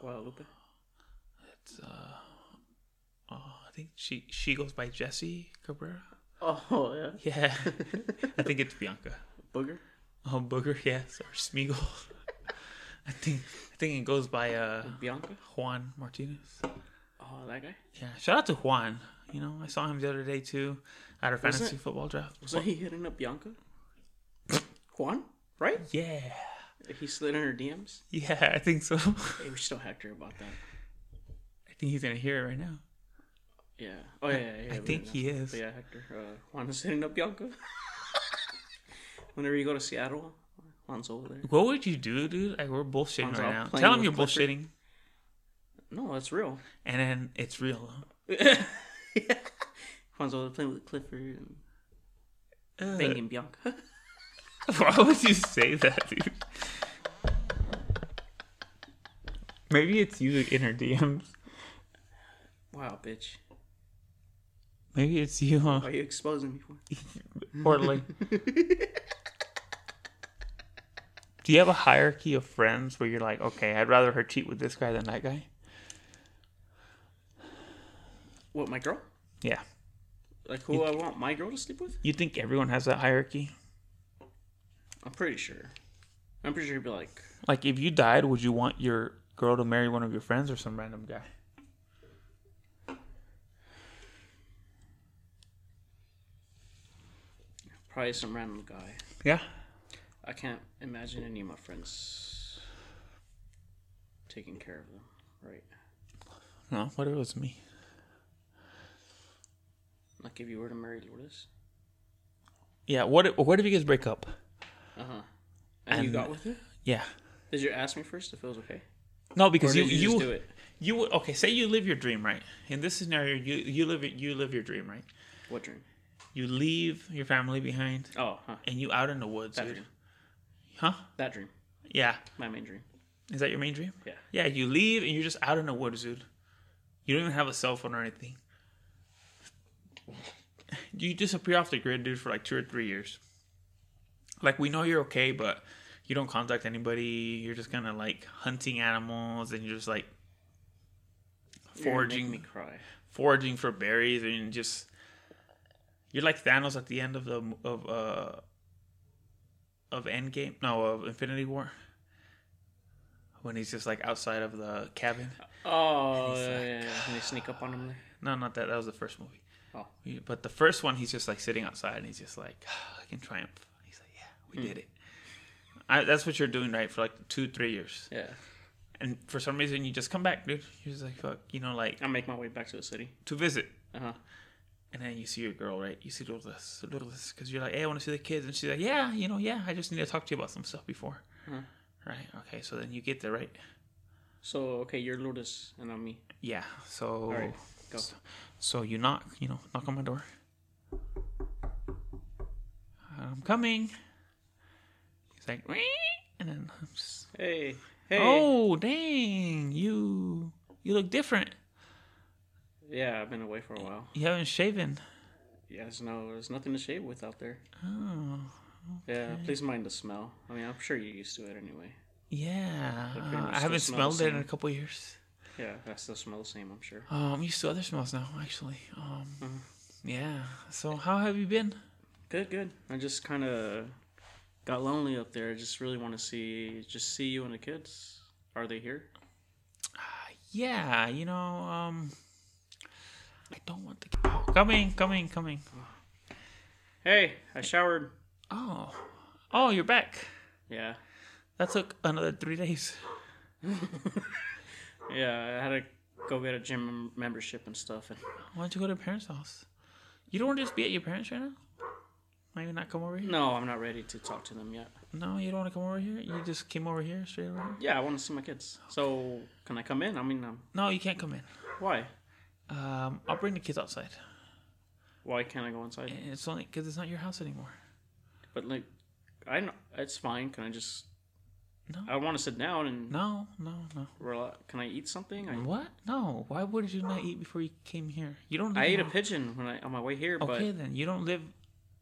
Speaker 4: Guadalupe.
Speaker 3: It's uh oh, I think she she goes by Jesse Cabrera.
Speaker 4: Oh, yeah.
Speaker 3: Yeah. I think it's Bianca.
Speaker 4: Booger.
Speaker 3: Oh Booger, yes, or Smeagol. I think I think it goes by uh
Speaker 4: Bianca.
Speaker 3: Juan Martinez.
Speaker 4: Oh, that guy.
Speaker 3: Yeah, shout out to Juan. You know, I saw him the other day too at our
Speaker 4: Wasn't
Speaker 3: fantasy
Speaker 4: it-
Speaker 3: football draft.
Speaker 4: Was he hitting up Bianca? Juan, right?
Speaker 3: Yeah.
Speaker 4: He slid in her DMs.
Speaker 3: Yeah, I think so.
Speaker 4: Hey, we still hacked her about that.
Speaker 3: I think he's gonna hear it right now.
Speaker 4: Yeah. Oh yeah. yeah, yeah
Speaker 3: I
Speaker 4: we
Speaker 3: think
Speaker 4: know.
Speaker 3: he is.
Speaker 4: But yeah, Hector. Uh, Juan is hitting up Bianca. Whenever you go to Seattle, Juan's over there.
Speaker 3: What would you do, dude? Like we're bullshitting
Speaker 4: Sounds
Speaker 3: right
Speaker 4: all
Speaker 3: now.
Speaker 4: plain
Speaker 3: Tell him
Speaker 4: with
Speaker 3: you're
Speaker 4: Clifford.
Speaker 3: bullshitting,
Speaker 4: No, that's real.
Speaker 3: and then it's real.
Speaker 4: Juan's over there playing with Clifford and
Speaker 3: Uh,
Speaker 4: banging Bianca.
Speaker 3: Why would you say that, dude? Maybe it's you in her DMs.
Speaker 4: wow, bitch.
Speaker 3: Maybe it's you, huh?
Speaker 4: Why are you exposing me for?
Speaker 3: Or like, do you have a hierarchy of friends where you're like, okay, I'd rather her cheat with this guy than that guy?
Speaker 4: What, my girl?
Speaker 3: Yeah.
Speaker 4: Like who I want my girl to sleep with?
Speaker 3: You think everyone has that hierarchy?
Speaker 4: I'm pretty sure. I'm pretty sure he'd be like,
Speaker 3: Like, if you died, would you want your girl to marry one of your friends or some random guy?
Speaker 4: probably some random guy.
Speaker 3: Yeah.
Speaker 4: I can't imagine any of my friends taking care of them, right?
Speaker 3: No, what if it was me?
Speaker 4: Like if you were to marry Lourdes,
Speaker 3: Yeah. What? If, what if you guys break up?
Speaker 4: uh huh, and, you
Speaker 3: And-
Speaker 4: got with her.
Speaker 3: Yeah.
Speaker 4: Did you ask me first if it was okay?
Speaker 3: No, because
Speaker 4: Or
Speaker 3: you
Speaker 4: did you
Speaker 3: you
Speaker 4: just
Speaker 3: you,
Speaker 4: do it?
Speaker 3: would- okay. Say you live your dream, right? In this scenario, you you live it- you live your dream, right?
Speaker 4: What dream?
Speaker 3: You leave your family behind
Speaker 4: Oh, huh.
Speaker 3: and you out in the woods,
Speaker 4: That
Speaker 3: dude.
Speaker 4: dream.
Speaker 3: Huh?
Speaker 4: That dream.
Speaker 3: Yeah.
Speaker 4: My main dream.
Speaker 3: Is that your main dream?
Speaker 4: Yeah.
Speaker 3: Yeah, you leave and you're just out in the woods, dude. You don't even have a cell phone or anything. You disappear off the grid, dude, for like two or three years. Like we know you're okay, but you don't contact anybody. You're just kind of like hunting animals, and you're just like
Speaker 4: You're gonna make
Speaker 3: foraging,
Speaker 4: me cry.
Speaker 3: foraging for berries, and just you're like Thanos at the end of the of uh of Endgame, no, of Infinity War, when he's just like outside of the cabin.
Speaker 4: Oh, yeah, yeah, yeah. Can they sneak up on him there?
Speaker 3: No, not that. That was the first movie.
Speaker 4: Oh.
Speaker 3: We- But the first one, he's just like sitting outside and he's just like, I can triumph. He's like, yeah,
Speaker 4: Hmm.
Speaker 3: we did it. I, that's what you're doing, right? For like two, three years.
Speaker 4: Yeah.
Speaker 3: And for some reason, you just come back, dude. You're just like, fuck, you know, like
Speaker 4: I make my way back to the city.
Speaker 3: to visit.
Speaker 4: Uh huh.
Speaker 3: And then you see your girl, right? You see little this, little this, because you're like, hey, I want to see the kids. And she's like, yeah, you know, yeah, I just need to talk to you about some stuff before.
Speaker 4: Hmm.
Speaker 3: Right? Okay, so then you get there, right?
Speaker 4: So okay, you're Lourdes and I'm me.
Speaker 3: Yeah, so.
Speaker 4: All right, go.
Speaker 3: So you knock, you know, knock on my door. I'm coming. He's like, "Wee," and then I'm just,
Speaker 4: Hey, hey.
Speaker 3: oh dang, you you look different.
Speaker 4: Yeah, I've been away for a while.
Speaker 3: You haven't shaven.
Speaker 4: Yeah, there's no, there's nothing to shave with out there.
Speaker 3: Oh
Speaker 4: Yeah, please mind the smell. I mean, I'm sure you're used to it anyway.
Speaker 3: yeah, Uh,
Speaker 4: That pretty much
Speaker 3: I haven't
Speaker 4: still smells
Speaker 3: smelled it in
Speaker 4: same.
Speaker 3: a couple years.
Speaker 4: Yeah, I still smell the same. I'm sure.
Speaker 3: Um, I'm used to other smells now, actually. Um,
Speaker 4: Mm-hmm.
Speaker 3: yeah. So how have you been?
Speaker 4: Good, good. I just kind of got lonely up there. I just really want to see, just see you and the kids. Are they here?
Speaker 3: Yeah, you know, um, I don't want the oh, coming, coming, coming.
Speaker 4: Hey, I showered.
Speaker 3: Oh, oh, you're back.
Speaker 4: Yeah,
Speaker 3: That took another three days.
Speaker 4: yeah. I had to go get a gym mem- membership and stuff. And
Speaker 3: Why don't you go to your parents' house? You don't want to just be at your parents right now? Maybe not come over here?
Speaker 4: no, I'm not ready to talk to them yet.
Speaker 3: No, you don't want to come over here? You just came over here straight over here?
Speaker 4: Yeah, I want to see my kids. So can I come in? I mean, um,
Speaker 3: No, you can't come in.
Speaker 4: why?
Speaker 3: Um, I'll bring the kids outside.
Speaker 4: Why can't I go inside?
Speaker 3: And It's only because it's not your house anymore.
Speaker 4: But like, I know it's fine. Can I just?
Speaker 3: No.
Speaker 4: I want to sit down and
Speaker 3: No, no, no.
Speaker 4: relax. Can I eat something? I,
Speaker 3: What? No. Why would you not eat before you came here? You don't.
Speaker 4: I
Speaker 3: live
Speaker 4: ate a
Speaker 3: here.
Speaker 4: pigeon when I on my way here,
Speaker 3: Okay, then you don't live.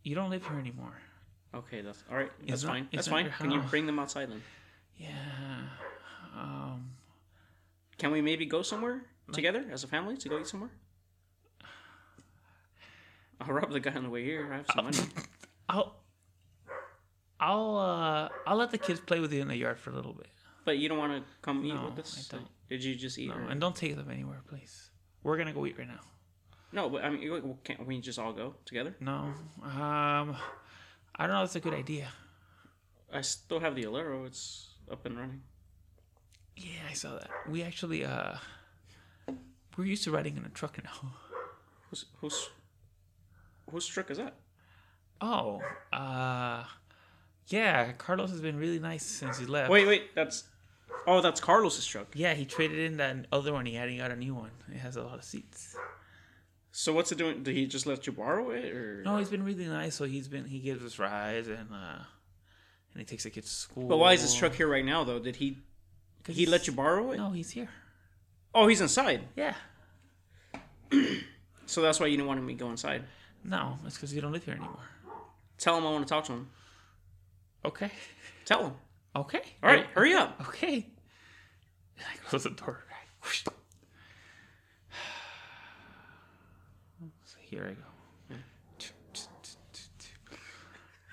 Speaker 3: You don't live here anymore.
Speaker 4: but okay, that's all right. That's
Speaker 3: not-
Speaker 4: fine.
Speaker 3: it's
Speaker 4: That's
Speaker 3: not
Speaker 4: fine.
Speaker 3: your
Speaker 4: Can you
Speaker 3: house.
Speaker 4: bring them outside then?
Speaker 3: Yeah. Um.
Speaker 4: Can we maybe go somewhere together as a family to go eat somewhere? I'll rob the guy on the way here. I have some money.
Speaker 3: I'll. I'll. Uh, I'll let the kids play with you in the yard for a little bit.
Speaker 4: But you don't want to come eat
Speaker 3: No,
Speaker 4: with us.
Speaker 3: I don't.
Speaker 4: Did you just eat?
Speaker 3: No,
Speaker 4: or-
Speaker 3: and don't take them anywhere, please. We're gonna go eat right now.
Speaker 4: no, but I mean, you- can't we just all go together?
Speaker 3: No, um, I don't know. if That's a good idea.
Speaker 4: I still have the Alero. It's up and running.
Speaker 3: Yeah, I saw that. We actually, uh, we're used to riding in a truck now.
Speaker 4: Who's who's whose truck is that?
Speaker 3: Oh, uh, yeah. Carlos has been really nice since he left.
Speaker 4: Wait, wait, that's oh, that's Carlos's truck.
Speaker 3: Yeah, he traded in that other one he had. He got a new one. It has a lot of seats.
Speaker 4: So what's it doing? Did he just let you borrow it, or
Speaker 3: No, he's been really nice. So he's been he gives us rides and uh, and he takes the kids to school.
Speaker 4: But why is this truck here right now, though? Did he
Speaker 3: 'Cause
Speaker 4: he let
Speaker 3: he's-
Speaker 4: you borrow it?
Speaker 3: No, he's here.
Speaker 4: Oh, he's inside.
Speaker 3: Yeah.
Speaker 4: So that's why you didn't want me to go inside.
Speaker 3: No, it's because you don't live here anymore.
Speaker 4: Tell him I want to talk to him.
Speaker 3: Okay.
Speaker 4: Tell him.
Speaker 3: Okay.
Speaker 4: All right, hurry up.
Speaker 3: Okay. And I close the door. Whoosh. So here I go.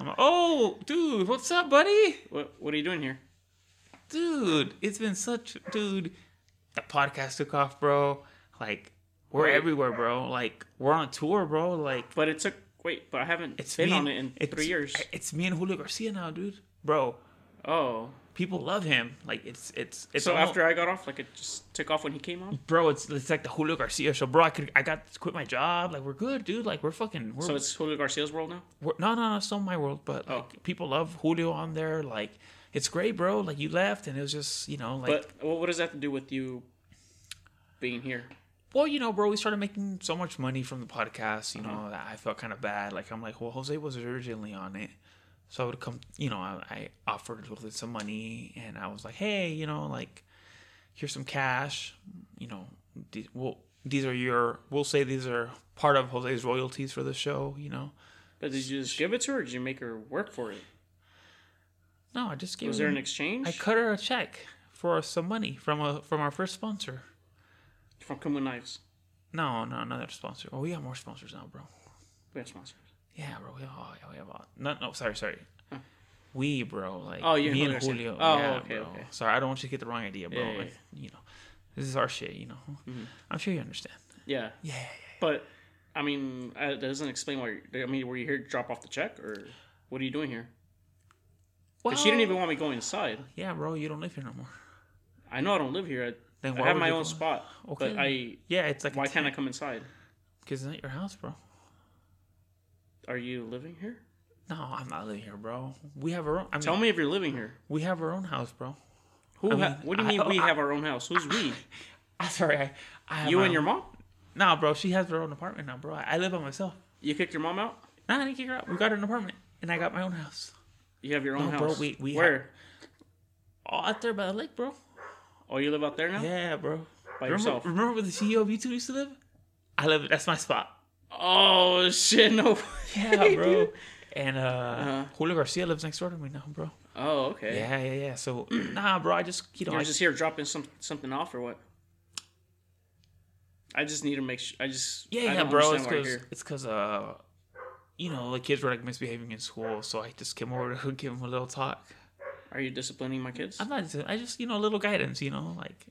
Speaker 3: I'm like, oh, dude, what's up, buddy?
Speaker 4: What What are you doing here?
Speaker 3: Dude, it's been such, dude. The podcast took off, bro. Like, we're everywhere, bro. Like, we're on tour, bro. Like,
Speaker 4: But it took. Wait, but I haven't
Speaker 3: it's
Speaker 4: been
Speaker 3: me
Speaker 4: on
Speaker 3: and-
Speaker 4: it in
Speaker 3: it's-
Speaker 4: three years.
Speaker 3: It's me and Julio Garcia now, dude. Bro,
Speaker 4: oh,
Speaker 3: people love him. Like, it's it's it's.
Speaker 4: so
Speaker 3: almo-
Speaker 4: after I got off, like it just took off when he came on.
Speaker 3: bro, it's it's like the Julio Garcia show, bro. I could I got to quit my job. Like we're good, dude. Like we're fucking. We're,
Speaker 4: So it's Oh. Julio Garcia's world now.
Speaker 3: we're no no no. It's not my world, but like people love Julio on there. Like it's great, bro. Like you left, and it was just you know like
Speaker 4: But well, what does that have to do with you being here?
Speaker 3: well you know bro. We started making so much money from the podcast. You
Speaker 4: Mm-hmm.
Speaker 3: know that I felt kind of bad. Like I'm like well Jose was originally on it. So I would come, you know, I, I offered Jose some money, and I was like, "Hey, you know, like, here's some cash. You know, the, we'll, these are your, we'll say these are part of Jose's royalties for the show. You know,
Speaker 4: But did you just give it to her, or did you make her work for it?
Speaker 3: No, I just gave.
Speaker 4: Was
Speaker 3: her,
Speaker 4: there an exchange
Speaker 3: I cut her a check for some money from a from our first sponsor.
Speaker 4: from Kuma Knives?
Speaker 3: No, no, another sponsor. Oh, we got more sponsors now, bro.
Speaker 4: We have sponsors.
Speaker 3: Yeah, bro. We have, oh, yeah, we have all. No, no, sorry, sorry. We, bro, like
Speaker 4: Oh, you and
Speaker 3: me
Speaker 4: Julio
Speaker 3: and
Speaker 4: are saying-
Speaker 3: Julio.
Speaker 4: Oh,
Speaker 3: yeah,
Speaker 4: okay,
Speaker 3: bro.
Speaker 4: okay.
Speaker 3: Sorry, I don't want you to get the wrong idea, bro.
Speaker 4: Yeah, yeah,
Speaker 3: like, You know, this is our shit. You know, I'm sure you understand.
Speaker 4: Yeah,
Speaker 3: Yeah,
Speaker 4: but I mean, uh, that doesn't explain why. You're, I mean, were you here to drop off the check, or what are you doing here?
Speaker 3: well,
Speaker 4: But she didn't even want me going inside.
Speaker 3: Yeah, bro, you don't live here no more.
Speaker 4: I know I don't live here. I,
Speaker 3: Then
Speaker 4: I
Speaker 3: why
Speaker 4: have
Speaker 3: would
Speaker 4: my
Speaker 3: you
Speaker 4: own
Speaker 3: go-
Speaker 4: spot.
Speaker 3: Okay.
Speaker 4: But I
Speaker 3: Yeah, it's like
Speaker 4: why can't I come inside?
Speaker 3: Because it's not your house, bro.
Speaker 4: Are you living here?
Speaker 3: No, I'm not living here, bro. We have our own. I mean,
Speaker 4: Tell me if you're living here.
Speaker 3: we have our own house, bro. I
Speaker 4: Who? ha-
Speaker 3: mean,
Speaker 4: what do you
Speaker 3: I-
Speaker 4: mean we
Speaker 3: I-
Speaker 4: have our own house? Who's we?
Speaker 3: I'm sorry. I, I have
Speaker 4: You
Speaker 3: my
Speaker 4: and
Speaker 3: own-
Speaker 4: your mom?
Speaker 3: Nah, bro, she has her own apartment now, bro. I, I live by myself.
Speaker 4: You kicked your mom out?
Speaker 3: Nah, I didn't kick her out. We got an apartment, and I got my own house.
Speaker 4: You have your own
Speaker 3: No, bro,
Speaker 4: house.
Speaker 3: we- we
Speaker 4: Where?
Speaker 3: All out there by the lake, bro.
Speaker 4: oh, you live out there now?
Speaker 3: Yeah, bro.
Speaker 4: By
Speaker 3: remember,
Speaker 4: yourself.
Speaker 3: Remember where the CEO of YouTube used to live? I live. That's my spot.
Speaker 4: Oh shit! No.
Speaker 3: Yeah, bro. and uh,
Speaker 4: Uh-huh.
Speaker 3: Julio Garcia lives next door to me now, bro.
Speaker 4: oh okay.
Speaker 3: Yeah, yeah, yeah. So nah, bro. I just you know,
Speaker 4: You're
Speaker 3: I
Speaker 4: just here dropping some something off or what? I just need to make sure. I just
Speaker 3: yeah,
Speaker 4: I
Speaker 3: yeah,
Speaker 4: don't
Speaker 3: bro.
Speaker 4: understand
Speaker 3: It's
Speaker 4: why you're
Speaker 3: because it's because uh, you know, the kids were like misbehaving in school, so I just came over to give them a little talk.
Speaker 4: Are you disciplining my kids?
Speaker 3: I'm not. I just you know, a little guidance. You know, like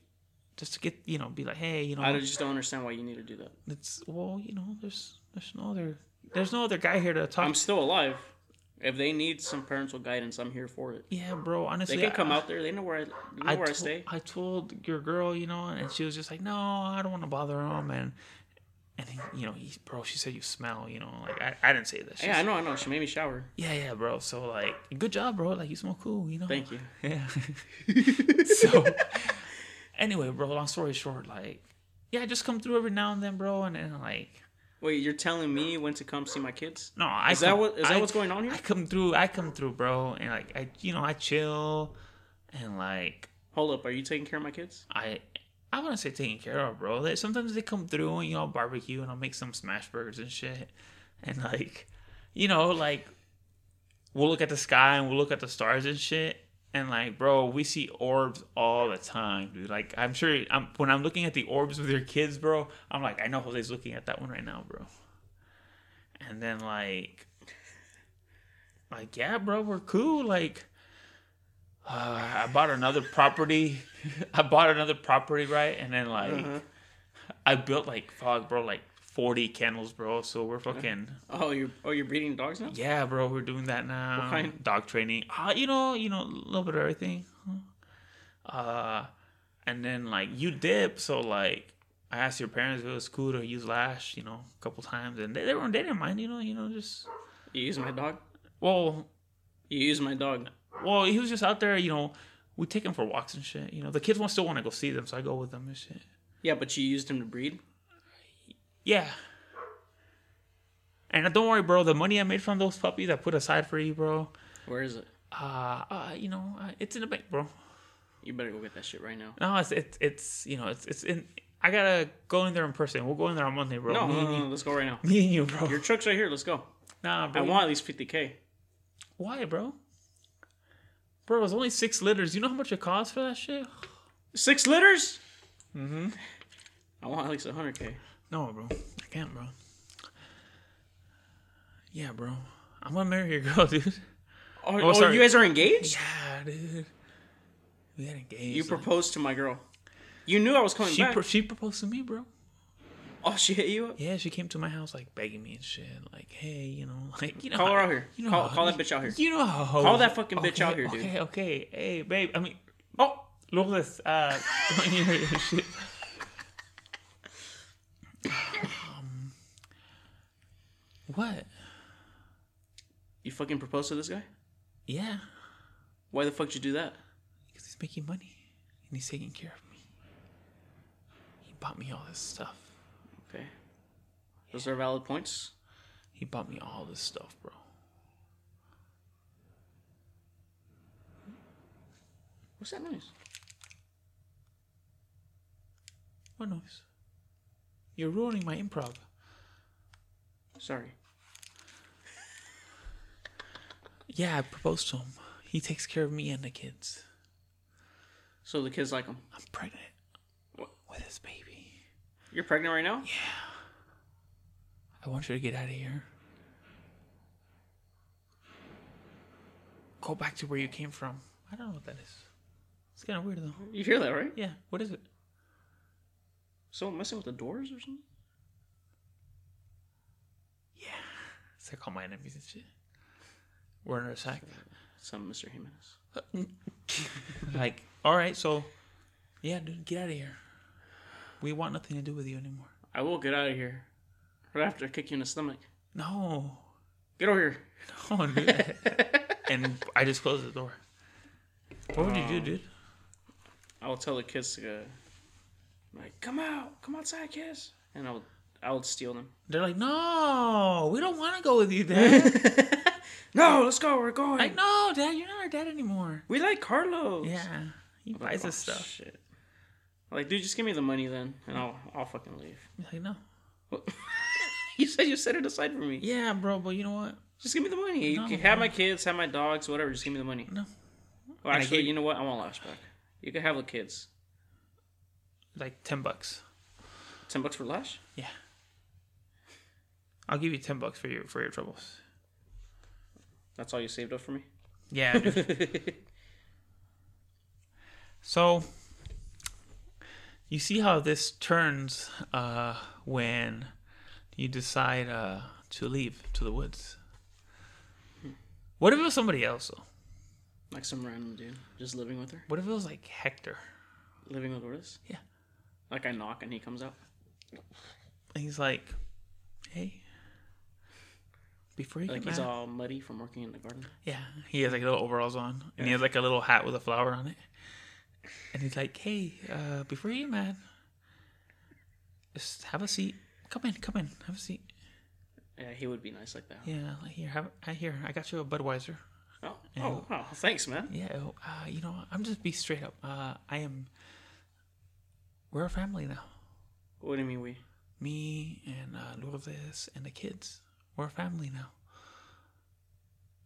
Speaker 3: just to get you know, be like, hey, you know,
Speaker 4: I just don't understand why you need to do that.
Speaker 3: it's well, you know, there's there's no other there's no other guy here to talk.
Speaker 4: I'm still alive. If they need some parental guidance, I'm here for it.
Speaker 3: yeah, bro. Honestly,
Speaker 4: They can come
Speaker 3: I,
Speaker 4: out there. They know where I, they know
Speaker 3: I,
Speaker 4: where I
Speaker 3: to-
Speaker 4: stay.
Speaker 3: I told your girl, you know, and she was just like, no, I don't want to bother him, and and he, you know, he, bro, she said you smell, you know, like I, I didn't say this.
Speaker 4: Yeah, I know, I know. She made me shower.
Speaker 3: yeah, yeah, bro. So like, good job, bro. Like you smell cool, you know.
Speaker 4: Thank you.
Speaker 3: Yeah. so, anyway, bro. Long story short, like, yeah, I just come through every now and then, bro, and then like.
Speaker 4: Wait, you're telling me when to come see my kids?
Speaker 3: No, I
Speaker 4: Is that what- is that what's going on here?
Speaker 3: I come through, I come through, bro, and like I, you know, I chill, and like
Speaker 4: Hold up, are you taking care of my kids?
Speaker 3: I, I want to say taken care of, bro. They, sometimes they come through and you know barbecue, and I'll make some smash burgers and shit, and like, you know, like we'll look at the sky and we'll look at the stars and shit. And like, bro, we see orbs all the time, dude. Like, I'm sure I'm when I'm looking at the orbs with your kids, bro. I'm like, I know Jose's looking at that one right now, bro. And then like, like yeah, bro, we're cool. Like, uh, I bought another property. I bought another property, right? And then like, I built like fuck, bro, like 40 kennels, bro. So we're fucking.
Speaker 4: Oh, you're oh you're breeding dogs now?
Speaker 3: Yeah, bro, we're doing that now.
Speaker 4: kind?
Speaker 3: Dog training. Uh, you know, you know, a little bit of everything. Uh, and then like you dip, so like I asked your parents if it was cool to use lash, you know, a couple times, and they, they weren't they didn't mind, you know, you know, just
Speaker 4: You use my dog?
Speaker 3: well,
Speaker 4: You use my dog.
Speaker 3: well, he was just out there, you know. We take him for walks and shit. You know, the kids want still want to go see them, so I go with them and shit.
Speaker 4: Yeah, but you used him to breed?
Speaker 3: Yeah. And don't worry, bro. The money I made from those puppies, I put aside for you, bro.
Speaker 4: Where is it?
Speaker 3: Uh, uh you know, uh, it's in the bank, bro.
Speaker 4: You better go get that shit right now.
Speaker 3: No, it's it's it's you know it's it's in I gotta go in there in person. We'll go in there on Monday, bro.
Speaker 4: No,
Speaker 3: me,
Speaker 4: no,
Speaker 3: and
Speaker 4: no,
Speaker 3: you,
Speaker 4: no, let's go right now.
Speaker 3: me and you, bro.
Speaker 4: Your truck's right here. Let's go.
Speaker 3: nah,
Speaker 4: I
Speaker 3: bro.
Speaker 4: want at least 50K.
Speaker 3: Why, bro? Bro, it's only six liters. You know how much it costs for that shit?
Speaker 4: Six litters? Mm-hmm. I want at least 100K.
Speaker 3: No, bro. I can't, bro. Yeah, bro. I'm gonna marry your girl, dude.
Speaker 4: Oh,
Speaker 3: Oh,
Speaker 4: oh,
Speaker 3: sorry.
Speaker 4: you guys are engaged?
Speaker 3: Yeah, dude. We got engaged.
Speaker 4: You
Speaker 3: like-
Speaker 4: proposed to my girl. You knew I was coming
Speaker 3: She
Speaker 4: back.
Speaker 3: pro- she proposed to me, bro.
Speaker 4: oh, she hit you up?
Speaker 3: Yeah, she came to my house like begging me and shit. Like, hey, you know, like you know.
Speaker 4: Call her
Speaker 3: how-
Speaker 4: out here.
Speaker 3: You know
Speaker 4: Call-
Speaker 3: how-
Speaker 4: call that bitch out here.
Speaker 3: You know how hoes-
Speaker 4: Call that fucking bitch
Speaker 3: Okay,
Speaker 4: out here, dude.
Speaker 3: Okay, okay. Hey, babe. I mean,
Speaker 4: Oh,
Speaker 3: Lourdes. Uh, when you hear this shit. Um, what?
Speaker 4: you fucking proposed to this guy?
Speaker 3: Yeah,
Speaker 4: Why the fuck did you do that?
Speaker 3: because he's making money and he's taking care of me. He bought me all this stuff.
Speaker 4: Okay. Those are valid points.
Speaker 3: He bought me all this stuff, bro.
Speaker 4: What's that noise?
Speaker 3: What noise? You're ruining my improv.
Speaker 4: Sorry.
Speaker 3: Yeah, I proposed to him. He takes care of me and the kids.
Speaker 4: So the kids like him.
Speaker 3: I'm pregnant
Speaker 4: What?
Speaker 3: with his baby.
Speaker 4: You're pregnant right now?
Speaker 3: I want you to get out of here. Go back to where you came from. I don't know what that is. It's kind of weird though.
Speaker 4: You hear that, right?
Speaker 3: Yeah, what is it?
Speaker 4: Someone messing with the doors or something?
Speaker 3: It's like all my enemies and shit. We're under attack.
Speaker 4: Some Mr. Jimenez.
Speaker 3: like, all right, so yeah, dude, get out of here. We want nothing to do with you anymore.
Speaker 4: I will get out of here. Right after I kick you in the stomach.
Speaker 3: No,
Speaker 4: Get over here.
Speaker 3: no, dude. and I just closed the door. What would you do, dude?
Speaker 4: I will tell the kids to go, like, come out, come outside, kids. And I would, I would steal them.
Speaker 3: They're like, no, we don't want to go with you, Dad.
Speaker 4: No, let's go. We're going.
Speaker 3: like, no, Dad, you're not our dad anymore.
Speaker 4: We like Carlos.
Speaker 3: Yeah, he
Speaker 4: Like,
Speaker 3: buys
Speaker 4: oh,
Speaker 3: us stuff.
Speaker 4: Shit. Like, dude, just give me the money then, and I'll, I'll fucking leave.
Speaker 3: He's like, no.
Speaker 4: You said you set it aside for me.
Speaker 3: Yeah, bro, but you know what?
Speaker 4: Just give me the money. You
Speaker 3: No,
Speaker 4: can have my kids, have my dogs, whatever. Just give me the money.
Speaker 3: No.
Speaker 4: Well,
Speaker 3: And I
Speaker 4: actually,
Speaker 3: gave-
Speaker 4: you know what? I want Lash back. You can have the kids.
Speaker 3: Like ten bucks.
Speaker 4: Ten bucks for Lash?
Speaker 3: Yeah. I'll give you ten bucks for your for your troubles.
Speaker 4: That's all you saved up for me.
Speaker 3: Yeah. dude. so you see how this turns uh, when you decide uh, to leave to the woods. What if it was somebody else? Though?
Speaker 4: Like some random dude, just living with her,
Speaker 3: What if it was like Hector?
Speaker 4: living with Lourdes.
Speaker 3: Yeah.
Speaker 4: Like I knock and he comes out.
Speaker 3: And he's like, "Hey, before you
Speaker 4: Like
Speaker 3: get
Speaker 4: he's
Speaker 3: mad,
Speaker 4: all muddy from working in the garden.
Speaker 3: yeah." He has like little overalls on, and he has like a little hat with a flower on it. And he's like, "Hey, uh, before you get mad, just have a seat. Come in, come in, have a seat.
Speaker 4: Yeah, he would be nice like that.
Speaker 3: Yeah, like, here, have I here. I got you a Budweiser.
Speaker 4: Oh, oh, wow. Thanks, man.
Speaker 3: Yeah, oh, uh, you know, I'm just be straight up. Uh, I am. We're a family now.
Speaker 4: What do you mean we?
Speaker 3: me and uh, Lourdes and the kids. We're a family now.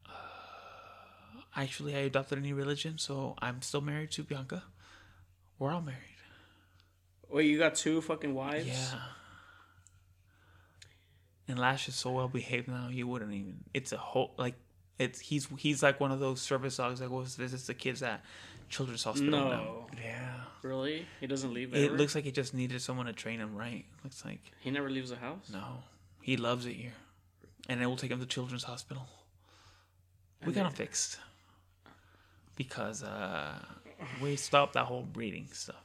Speaker 3: Uh, actually, I adopted a new religion, so I'm still married to Bianca. We're all married.
Speaker 4: Wait, you got two fucking wives?
Speaker 3: Yeah. And Lash is so well behaved now, you wouldn't even. It's a whole like, it's he's he's like one of those service dogs that goes visits the kids at children's hospital.
Speaker 4: No.
Speaker 3: now. Yeah.
Speaker 4: Really? He doesn't leave
Speaker 3: It
Speaker 4: ever?
Speaker 3: looks like he just needed someone to train him right. Looks like.
Speaker 4: He never leaves the house?
Speaker 3: No, he loves it here, and then we'll take him to Children's Hospital. We got him fixed because uh, we stopped that whole breeding stuff.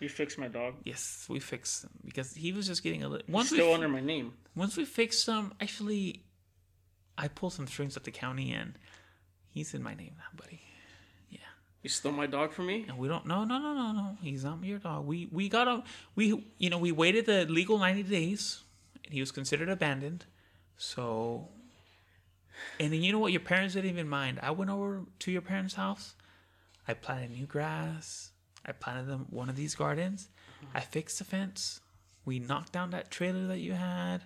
Speaker 4: You fixed my dog.
Speaker 3: Yes, we fixed him because he was just getting a little. Once we
Speaker 4: Still
Speaker 3: fi-
Speaker 4: under my name.
Speaker 3: once we fixed him, actually, I pulled some strings at the county, and he's in my name now, buddy.
Speaker 4: You stole my dog from me?
Speaker 3: And we don't. No, no, no, no, no. He's not your dog. We we got him. We you know we waited the legal ninety days, and he was considered abandoned. So. And then you know what? Your parents didn't even mind. I went over to your parents' house. I planted new grass. I planted them one of these gardens. I fixed the fence. We knocked down that trailer that you had.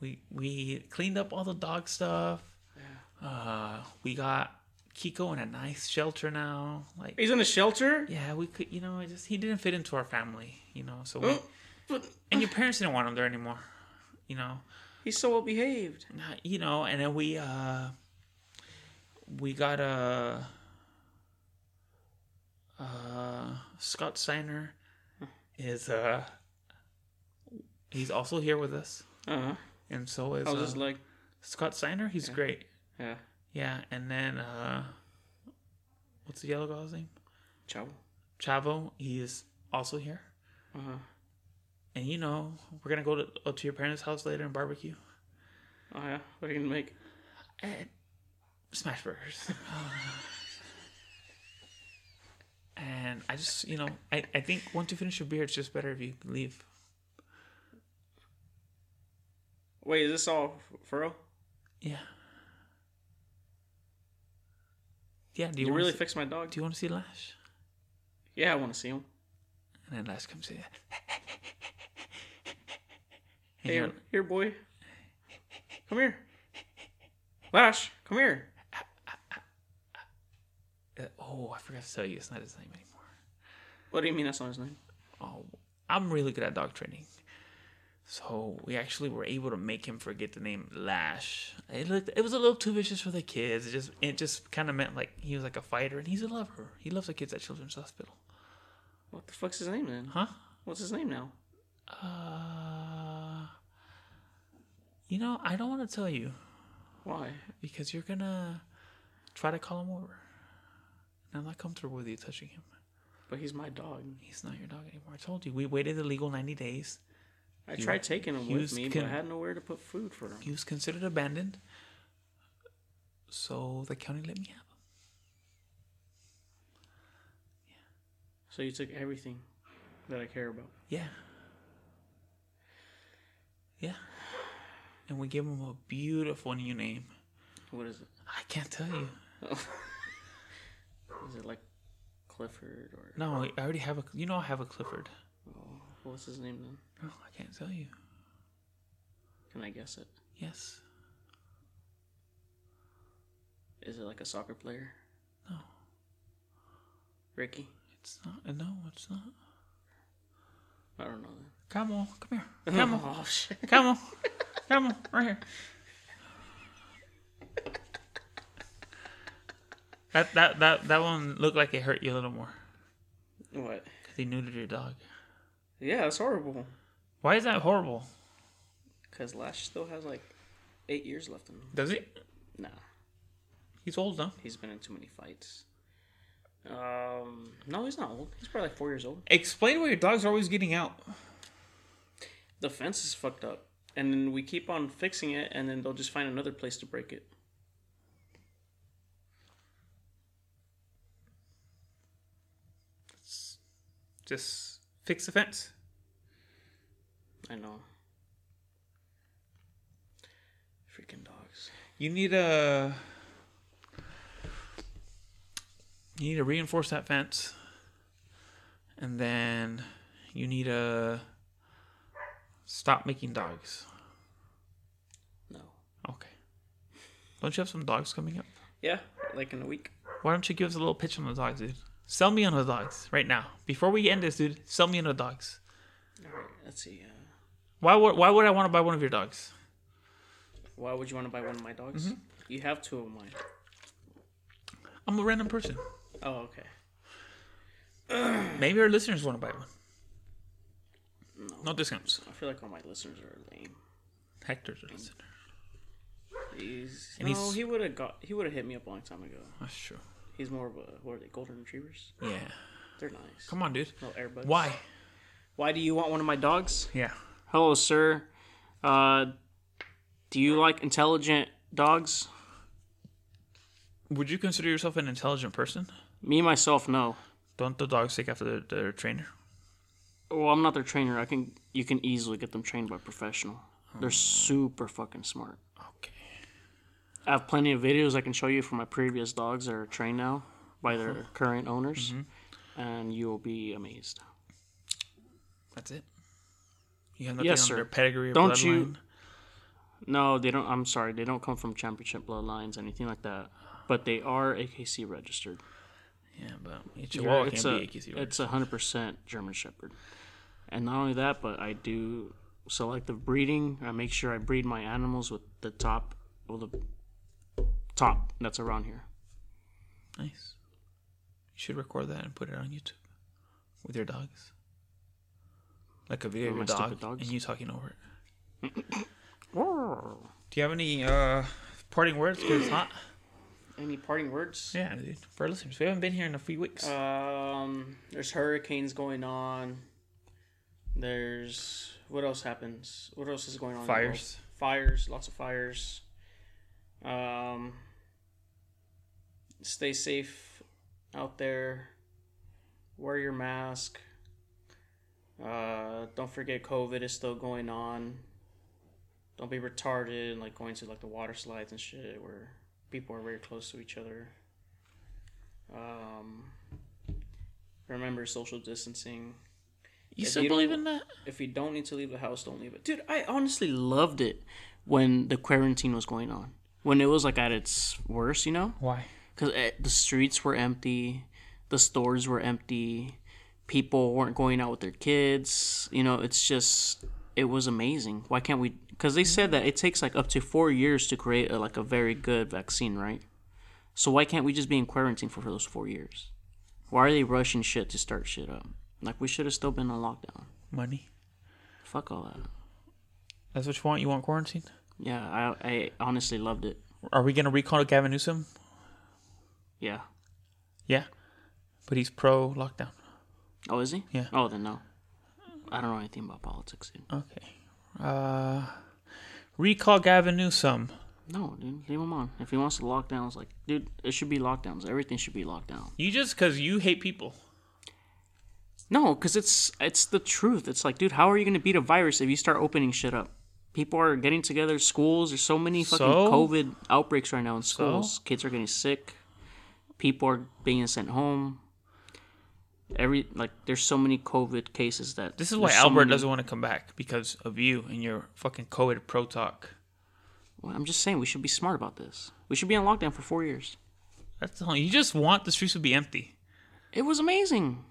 Speaker 3: We we cleaned up all the dog stuff. Uh, we got Kiko in a nice shelter now. Like
Speaker 4: He's in a shelter.
Speaker 3: yeah, we could, you know, it just he didn't fit into our family, you know. So we,
Speaker 4: Oh, but
Speaker 3: and your parents didn't want him there anymore, you know.
Speaker 4: he's so well behaved.
Speaker 3: Nah, You know, and then we uh we got a uh Scott Steiner is uh he's also here with us,
Speaker 4: Uh huh.
Speaker 3: and so is
Speaker 4: I was
Speaker 3: uh,
Speaker 4: just like,
Speaker 3: Scott Steiner. He's great.
Speaker 4: yeah,
Speaker 3: Yeah, and then uh what's the yellow guy's name?
Speaker 4: ciao.
Speaker 3: Chavo, he is also here.
Speaker 4: Uh huh.
Speaker 3: And you know, we're gonna go to uh, to your parents' house later and barbecue.
Speaker 4: Oh yeah. What are you gonna make?
Speaker 3: And smash burgers. and I just, you know, I, I think once you finish your beer, it's just better if you leave.
Speaker 4: Wait, is this all f- for real?
Speaker 3: Yeah. Yeah. Do you,
Speaker 4: You
Speaker 3: wanna
Speaker 4: really
Speaker 3: see-
Speaker 4: fixed my dog?
Speaker 3: Do you want to see Lash?
Speaker 4: Yeah, I want to see him.
Speaker 3: And then Lash comes in. and
Speaker 4: Hey,
Speaker 3: you're-
Speaker 4: here, boy. Come here. Lash, come here.
Speaker 3: uh, oh, I forgot to tell you, it's not his name anymore.
Speaker 4: What do you mean that's not his name?
Speaker 3: Oh, I'm really good at dog training. So we actually were able to make him forget the name Lash. It looked it was a little too vicious for the kids. It just it just kind of meant like he was like a fighter and he's a lover. He loves the kids at Children's Hospital.
Speaker 4: What the fuck's his name then?
Speaker 3: Huh?
Speaker 4: What's his name now?
Speaker 3: Uh You know, I don't want to tell you
Speaker 4: Why?
Speaker 3: because you're going to try to call him over. And I'm not comfortable with you touching him.
Speaker 4: But he's my dog.
Speaker 3: He's not your dog anymore. I told you. We waited the legal 90 days.
Speaker 4: I tried taking him with
Speaker 3: Hughes
Speaker 4: me, but
Speaker 3: can-
Speaker 4: I had nowhere to put food for him.
Speaker 3: He was considered abandoned. So the county let me have him.
Speaker 4: So you took everything that I care about.
Speaker 3: Yeah. Yeah. And we gave him a beautiful new name.
Speaker 4: What is it?
Speaker 3: I can't tell you.
Speaker 4: Is it like Clifford or
Speaker 3: No, I already have a. You know, I have a Clifford.
Speaker 4: oh, what's his name then?
Speaker 3: No, I can't tell you.
Speaker 4: Can I guess it?
Speaker 3: Yes.
Speaker 4: Is it like a soccer player?
Speaker 3: No.
Speaker 4: Ricky?
Speaker 3: It's not. uh, No, it's not.
Speaker 4: I don't know then.
Speaker 3: Camel, come here. Camel,
Speaker 4: Oh shit.
Speaker 3: camel, camel, right here. That that that that one looked like it hurt you a little more.
Speaker 4: What?
Speaker 3: They neutered your dog.
Speaker 4: Yeah, that's horrible.
Speaker 3: Why is that horrible?
Speaker 4: Cause Lash still has like eight years left in him.
Speaker 3: Does he?
Speaker 4: Nah.
Speaker 3: He's old though.
Speaker 4: He's been in too many fights. Um no, he's not old. He's probably like four years old.
Speaker 3: Explain why your dog's are always getting out.
Speaker 4: The fence is fucked up. And then we keep on fixing it and then they'll just find another place to break it.
Speaker 3: Just fix the fence.
Speaker 4: I know. Freaking dogs.
Speaker 3: You need a. You need to reinforce that fence, and then you need to stop making dogs.
Speaker 4: No.
Speaker 3: Okay. Don't you have some dogs coming up?
Speaker 4: Yeah, like in a week.
Speaker 3: Why don't you give us a little pitch on the dogs, dude? Sell me on the dogs right now. Before we end this, dude, sell me on the dogs.
Speaker 4: All right, let's see. Uh,
Speaker 3: Why would why would I want to buy one of your dogs?
Speaker 4: why would you want to buy one of my dogs? You have two of mine.
Speaker 3: I'm a random person.
Speaker 4: Oh, okay.
Speaker 3: Maybe our listeners want to buy one. No, discounts.
Speaker 4: I feel like all my listeners are lame.
Speaker 3: Hector's a listener.
Speaker 4: He's,
Speaker 3: And
Speaker 4: no,
Speaker 3: he's-
Speaker 4: he would have got. He would have hit me up a long time ago.
Speaker 3: That's true.
Speaker 4: He's more of a. What are they? Golden retrievers.
Speaker 3: Yeah.
Speaker 4: They're nice.
Speaker 3: Come on, dude.
Speaker 4: No airbuds.
Speaker 3: Why?
Speaker 4: Why do you want one of my dogs?
Speaker 3: Yeah.
Speaker 4: Hello, sir. Uh, do you like intelligent dogs?
Speaker 3: Would you consider yourself an intelligent person?
Speaker 4: Me myself, no.
Speaker 3: Don't the dogs take after their, their trainer?
Speaker 4: Well, I'm not their trainer. I can you can easily get them trained by a professional. They're super fucking smart.
Speaker 3: Okay.
Speaker 4: I have plenty of videos I can show you from my previous dogs that are trained now by their current owners. and you'll be amazed.
Speaker 3: That's it. You have nothing
Speaker 4: Yes,
Speaker 3: on
Speaker 4: sir.
Speaker 3: their pedigree or
Speaker 4: Don't you-
Speaker 3: bloodline?
Speaker 4: No, they don't. I'm sorry, they don't come from championship bloodlines, anything like that. But they are AKC registered.
Speaker 3: Yeah, but a Chihuahua
Speaker 4: it's
Speaker 3: can't
Speaker 4: a,
Speaker 3: be AKC.
Speaker 4: it's a hundred percent German Shepherd. And not only that, but I do selective breeding. I make sure I breed my animals with the top, well, the top that's around here.
Speaker 3: Nice. You should record that and put it on YouTube with your dogs. Like a video of your
Speaker 4: With my
Speaker 3: dog
Speaker 4: stupid dogs?
Speaker 3: and you talking over it.
Speaker 4: Whoa.
Speaker 3: Do you have any uh parting words? 'Cause it's hot.
Speaker 4: Any parting words?
Speaker 3: Yeah, dude. For our listeners, we haven't been here in a few weeks.
Speaker 4: Uh, Um, there's hurricanes going on. There's what else happens? What else is going on? in the world?
Speaker 3: Fires.
Speaker 4: fires, lots of fires. Um, stay safe out there. Wear your mask. Uh, don't forget COVID is still going on. Don't be retarded and like going to like the water slides and shit where people are very close to each other. Um, remember social distancing.
Speaker 3: you
Speaker 4: if
Speaker 3: still
Speaker 4: you don't-
Speaker 3: believe in that?
Speaker 4: If you don't need to leave the house, don't leave it. Dude, I honestly loved it when the quarantine was going on. When it was like at its worst, you know?
Speaker 3: Why?
Speaker 4: Because the streets were empty, the stores were empty, people weren't going out with their kids. You know, it's just, it was amazing. Why can't we? Because they said that it takes like up to four years to create a, like a very good vaccine, right? So why can't we just be in quarantine for those four years? Why are they rushing shit to start shit up? Like we should have still been on lockdown.
Speaker 3: Money.
Speaker 4: Fuck all that.
Speaker 3: That's what you want? You want quarantine?
Speaker 4: Yeah, I, I honestly loved it.
Speaker 3: Are we going to recall Gavin Newsom?
Speaker 4: Yeah.
Speaker 3: Yeah. But he's pro lockdown.
Speaker 4: Oh, is he?
Speaker 3: Yeah.
Speaker 4: Oh, then no. I don't know anything about politics, dude.
Speaker 3: Okay. Uh, recall Gavin Newsom.
Speaker 4: No, dude, leave him on. If he wants to lockdowns, like, dude, it should be lockdowns. Everything should be locked down.
Speaker 3: You just because you hate people.
Speaker 4: No, because it's it's the truth. It's like, dude, how are you gonna beat a virus if you start opening shit up? People are getting together. Schools. There's so many fucking
Speaker 3: So?
Speaker 4: COVID outbreaks right now in schools. Kids are getting sick. People are being sent home. Every like, there's so many COVID cases that
Speaker 3: This is why
Speaker 4: there's so
Speaker 3: Albert
Speaker 4: many-
Speaker 3: doesn't want to come back because of you and your fucking COVID pro talk.
Speaker 4: Well, I'm just saying we should be smart about this. We should be on lockdown for four years.
Speaker 3: That's all. You just want the streets to be empty.
Speaker 4: It was amazing.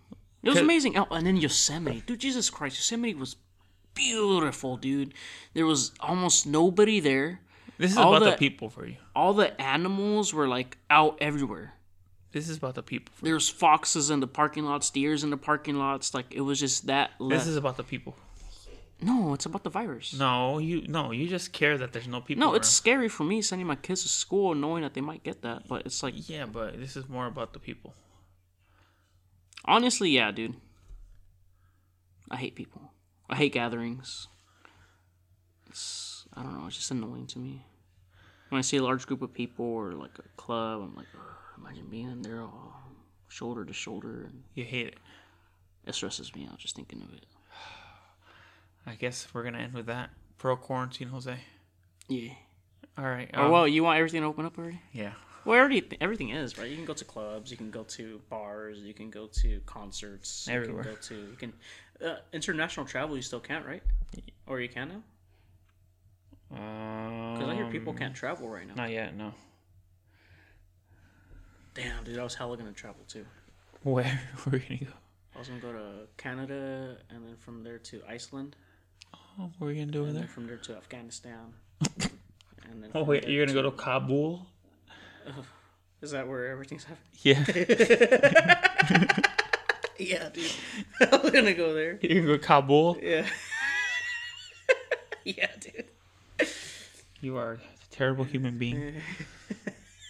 Speaker 4: It was
Speaker 3: Could-
Speaker 4: amazing. Oh, and then Yosemite, dude, Jesus Christ, Yosemite was beautiful, dude. There was almost nobody there.
Speaker 3: This is
Speaker 4: All
Speaker 3: about the
Speaker 4: the-
Speaker 3: people for you.
Speaker 4: All the animals were like out everywhere.
Speaker 3: This is about the people. For you.
Speaker 4: There was foxes in the parking lots, deers in the parking lots. Like it was just that.
Speaker 3: This
Speaker 4: Left.
Speaker 3: is about the people.
Speaker 4: no, it's about the virus. No,
Speaker 3: No, you no, you just care that there's no people.
Speaker 4: it's scary for me sending my kids to school knowing that they might get that. But it's like
Speaker 3: around. yeah, but this is more about the people.
Speaker 4: Honestly, yeah, dude. I hate people. I hate gatherings. It's I don't know. It's just annoying to me. When I see a large group of people or like a club, I'm like, "Ugh, imagine being in there all shoulder to shoulder, and
Speaker 3: You hate it.
Speaker 4: it stresses me out just thinking of it.
Speaker 3: I guess we're gonna end with that pro quarantine, Jose.
Speaker 4: Yeah.
Speaker 3: All right.
Speaker 4: Oh
Speaker 3: um,
Speaker 4: well, you want everything to open up already?
Speaker 3: yeah.
Speaker 4: Well, already everything is right. You can go to clubs, you can go to bars, you can go to concerts,
Speaker 3: Everywhere.
Speaker 4: You can go to you can uh, international travel. You still can't, right? Or you can now?
Speaker 3: Because
Speaker 4: Because I hear people can't travel right now.
Speaker 3: Um, Not yet. No.
Speaker 4: Damn, dude, I was hella gonna travel too.
Speaker 3: Where we're gonna go?
Speaker 4: I was gonna go to Canada and then from there to Iceland
Speaker 3: Oh, what are we gonna do over
Speaker 4: and then
Speaker 3: there?
Speaker 4: from there to Afghanistan. and then
Speaker 3: Oh
Speaker 4: from
Speaker 3: wait,
Speaker 4: there
Speaker 3: you're gonna go to Kabul?
Speaker 4: Is that where everything's happening?
Speaker 3: Yeah.
Speaker 4: Yeah, dude. I was gonna go there.
Speaker 3: you're gonna go to Kabul?
Speaker 4: Yeah. yeah, dude.
Speaker 3: You are a terrible human being.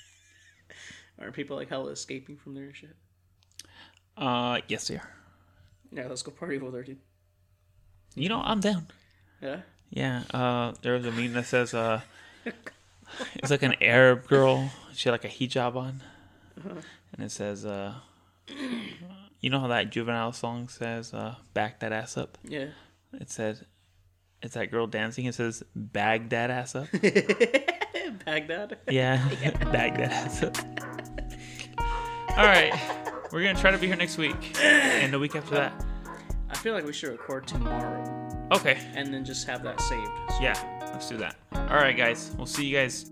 Speaker 4: Aren't people like hella escaping from there and shit?
Speaker 3: Uh, yes, they are.
Speaker 4: Yeah, let's go party over there, dude.
Speaker 3: You know, I'm down.
Speaker 4: Yeah.
Speaker 3: Yeah. Uh, there was a meme that says, uh, it's like an Arab girl. She had like a hijab on, and it says, uh, you know how that juvenile song says, uh, "Back that ass up."
Speaker 4: Yeah.
Speaker 3: It says, it's that girl dancing. It says, "Bag that ass up."
Speaker 4: Baghdad.
Speaker 3: Yeah, bag that ass up. All right. We're gonna try to be here next week and the week after that.
Speaker 4: I feel like we should record tomorrow
Speaker 3: Okay.
Speaker 4: and then just have that saved.
Speaker 3: Yeah, let's do that. All right, guys. We'll see you guys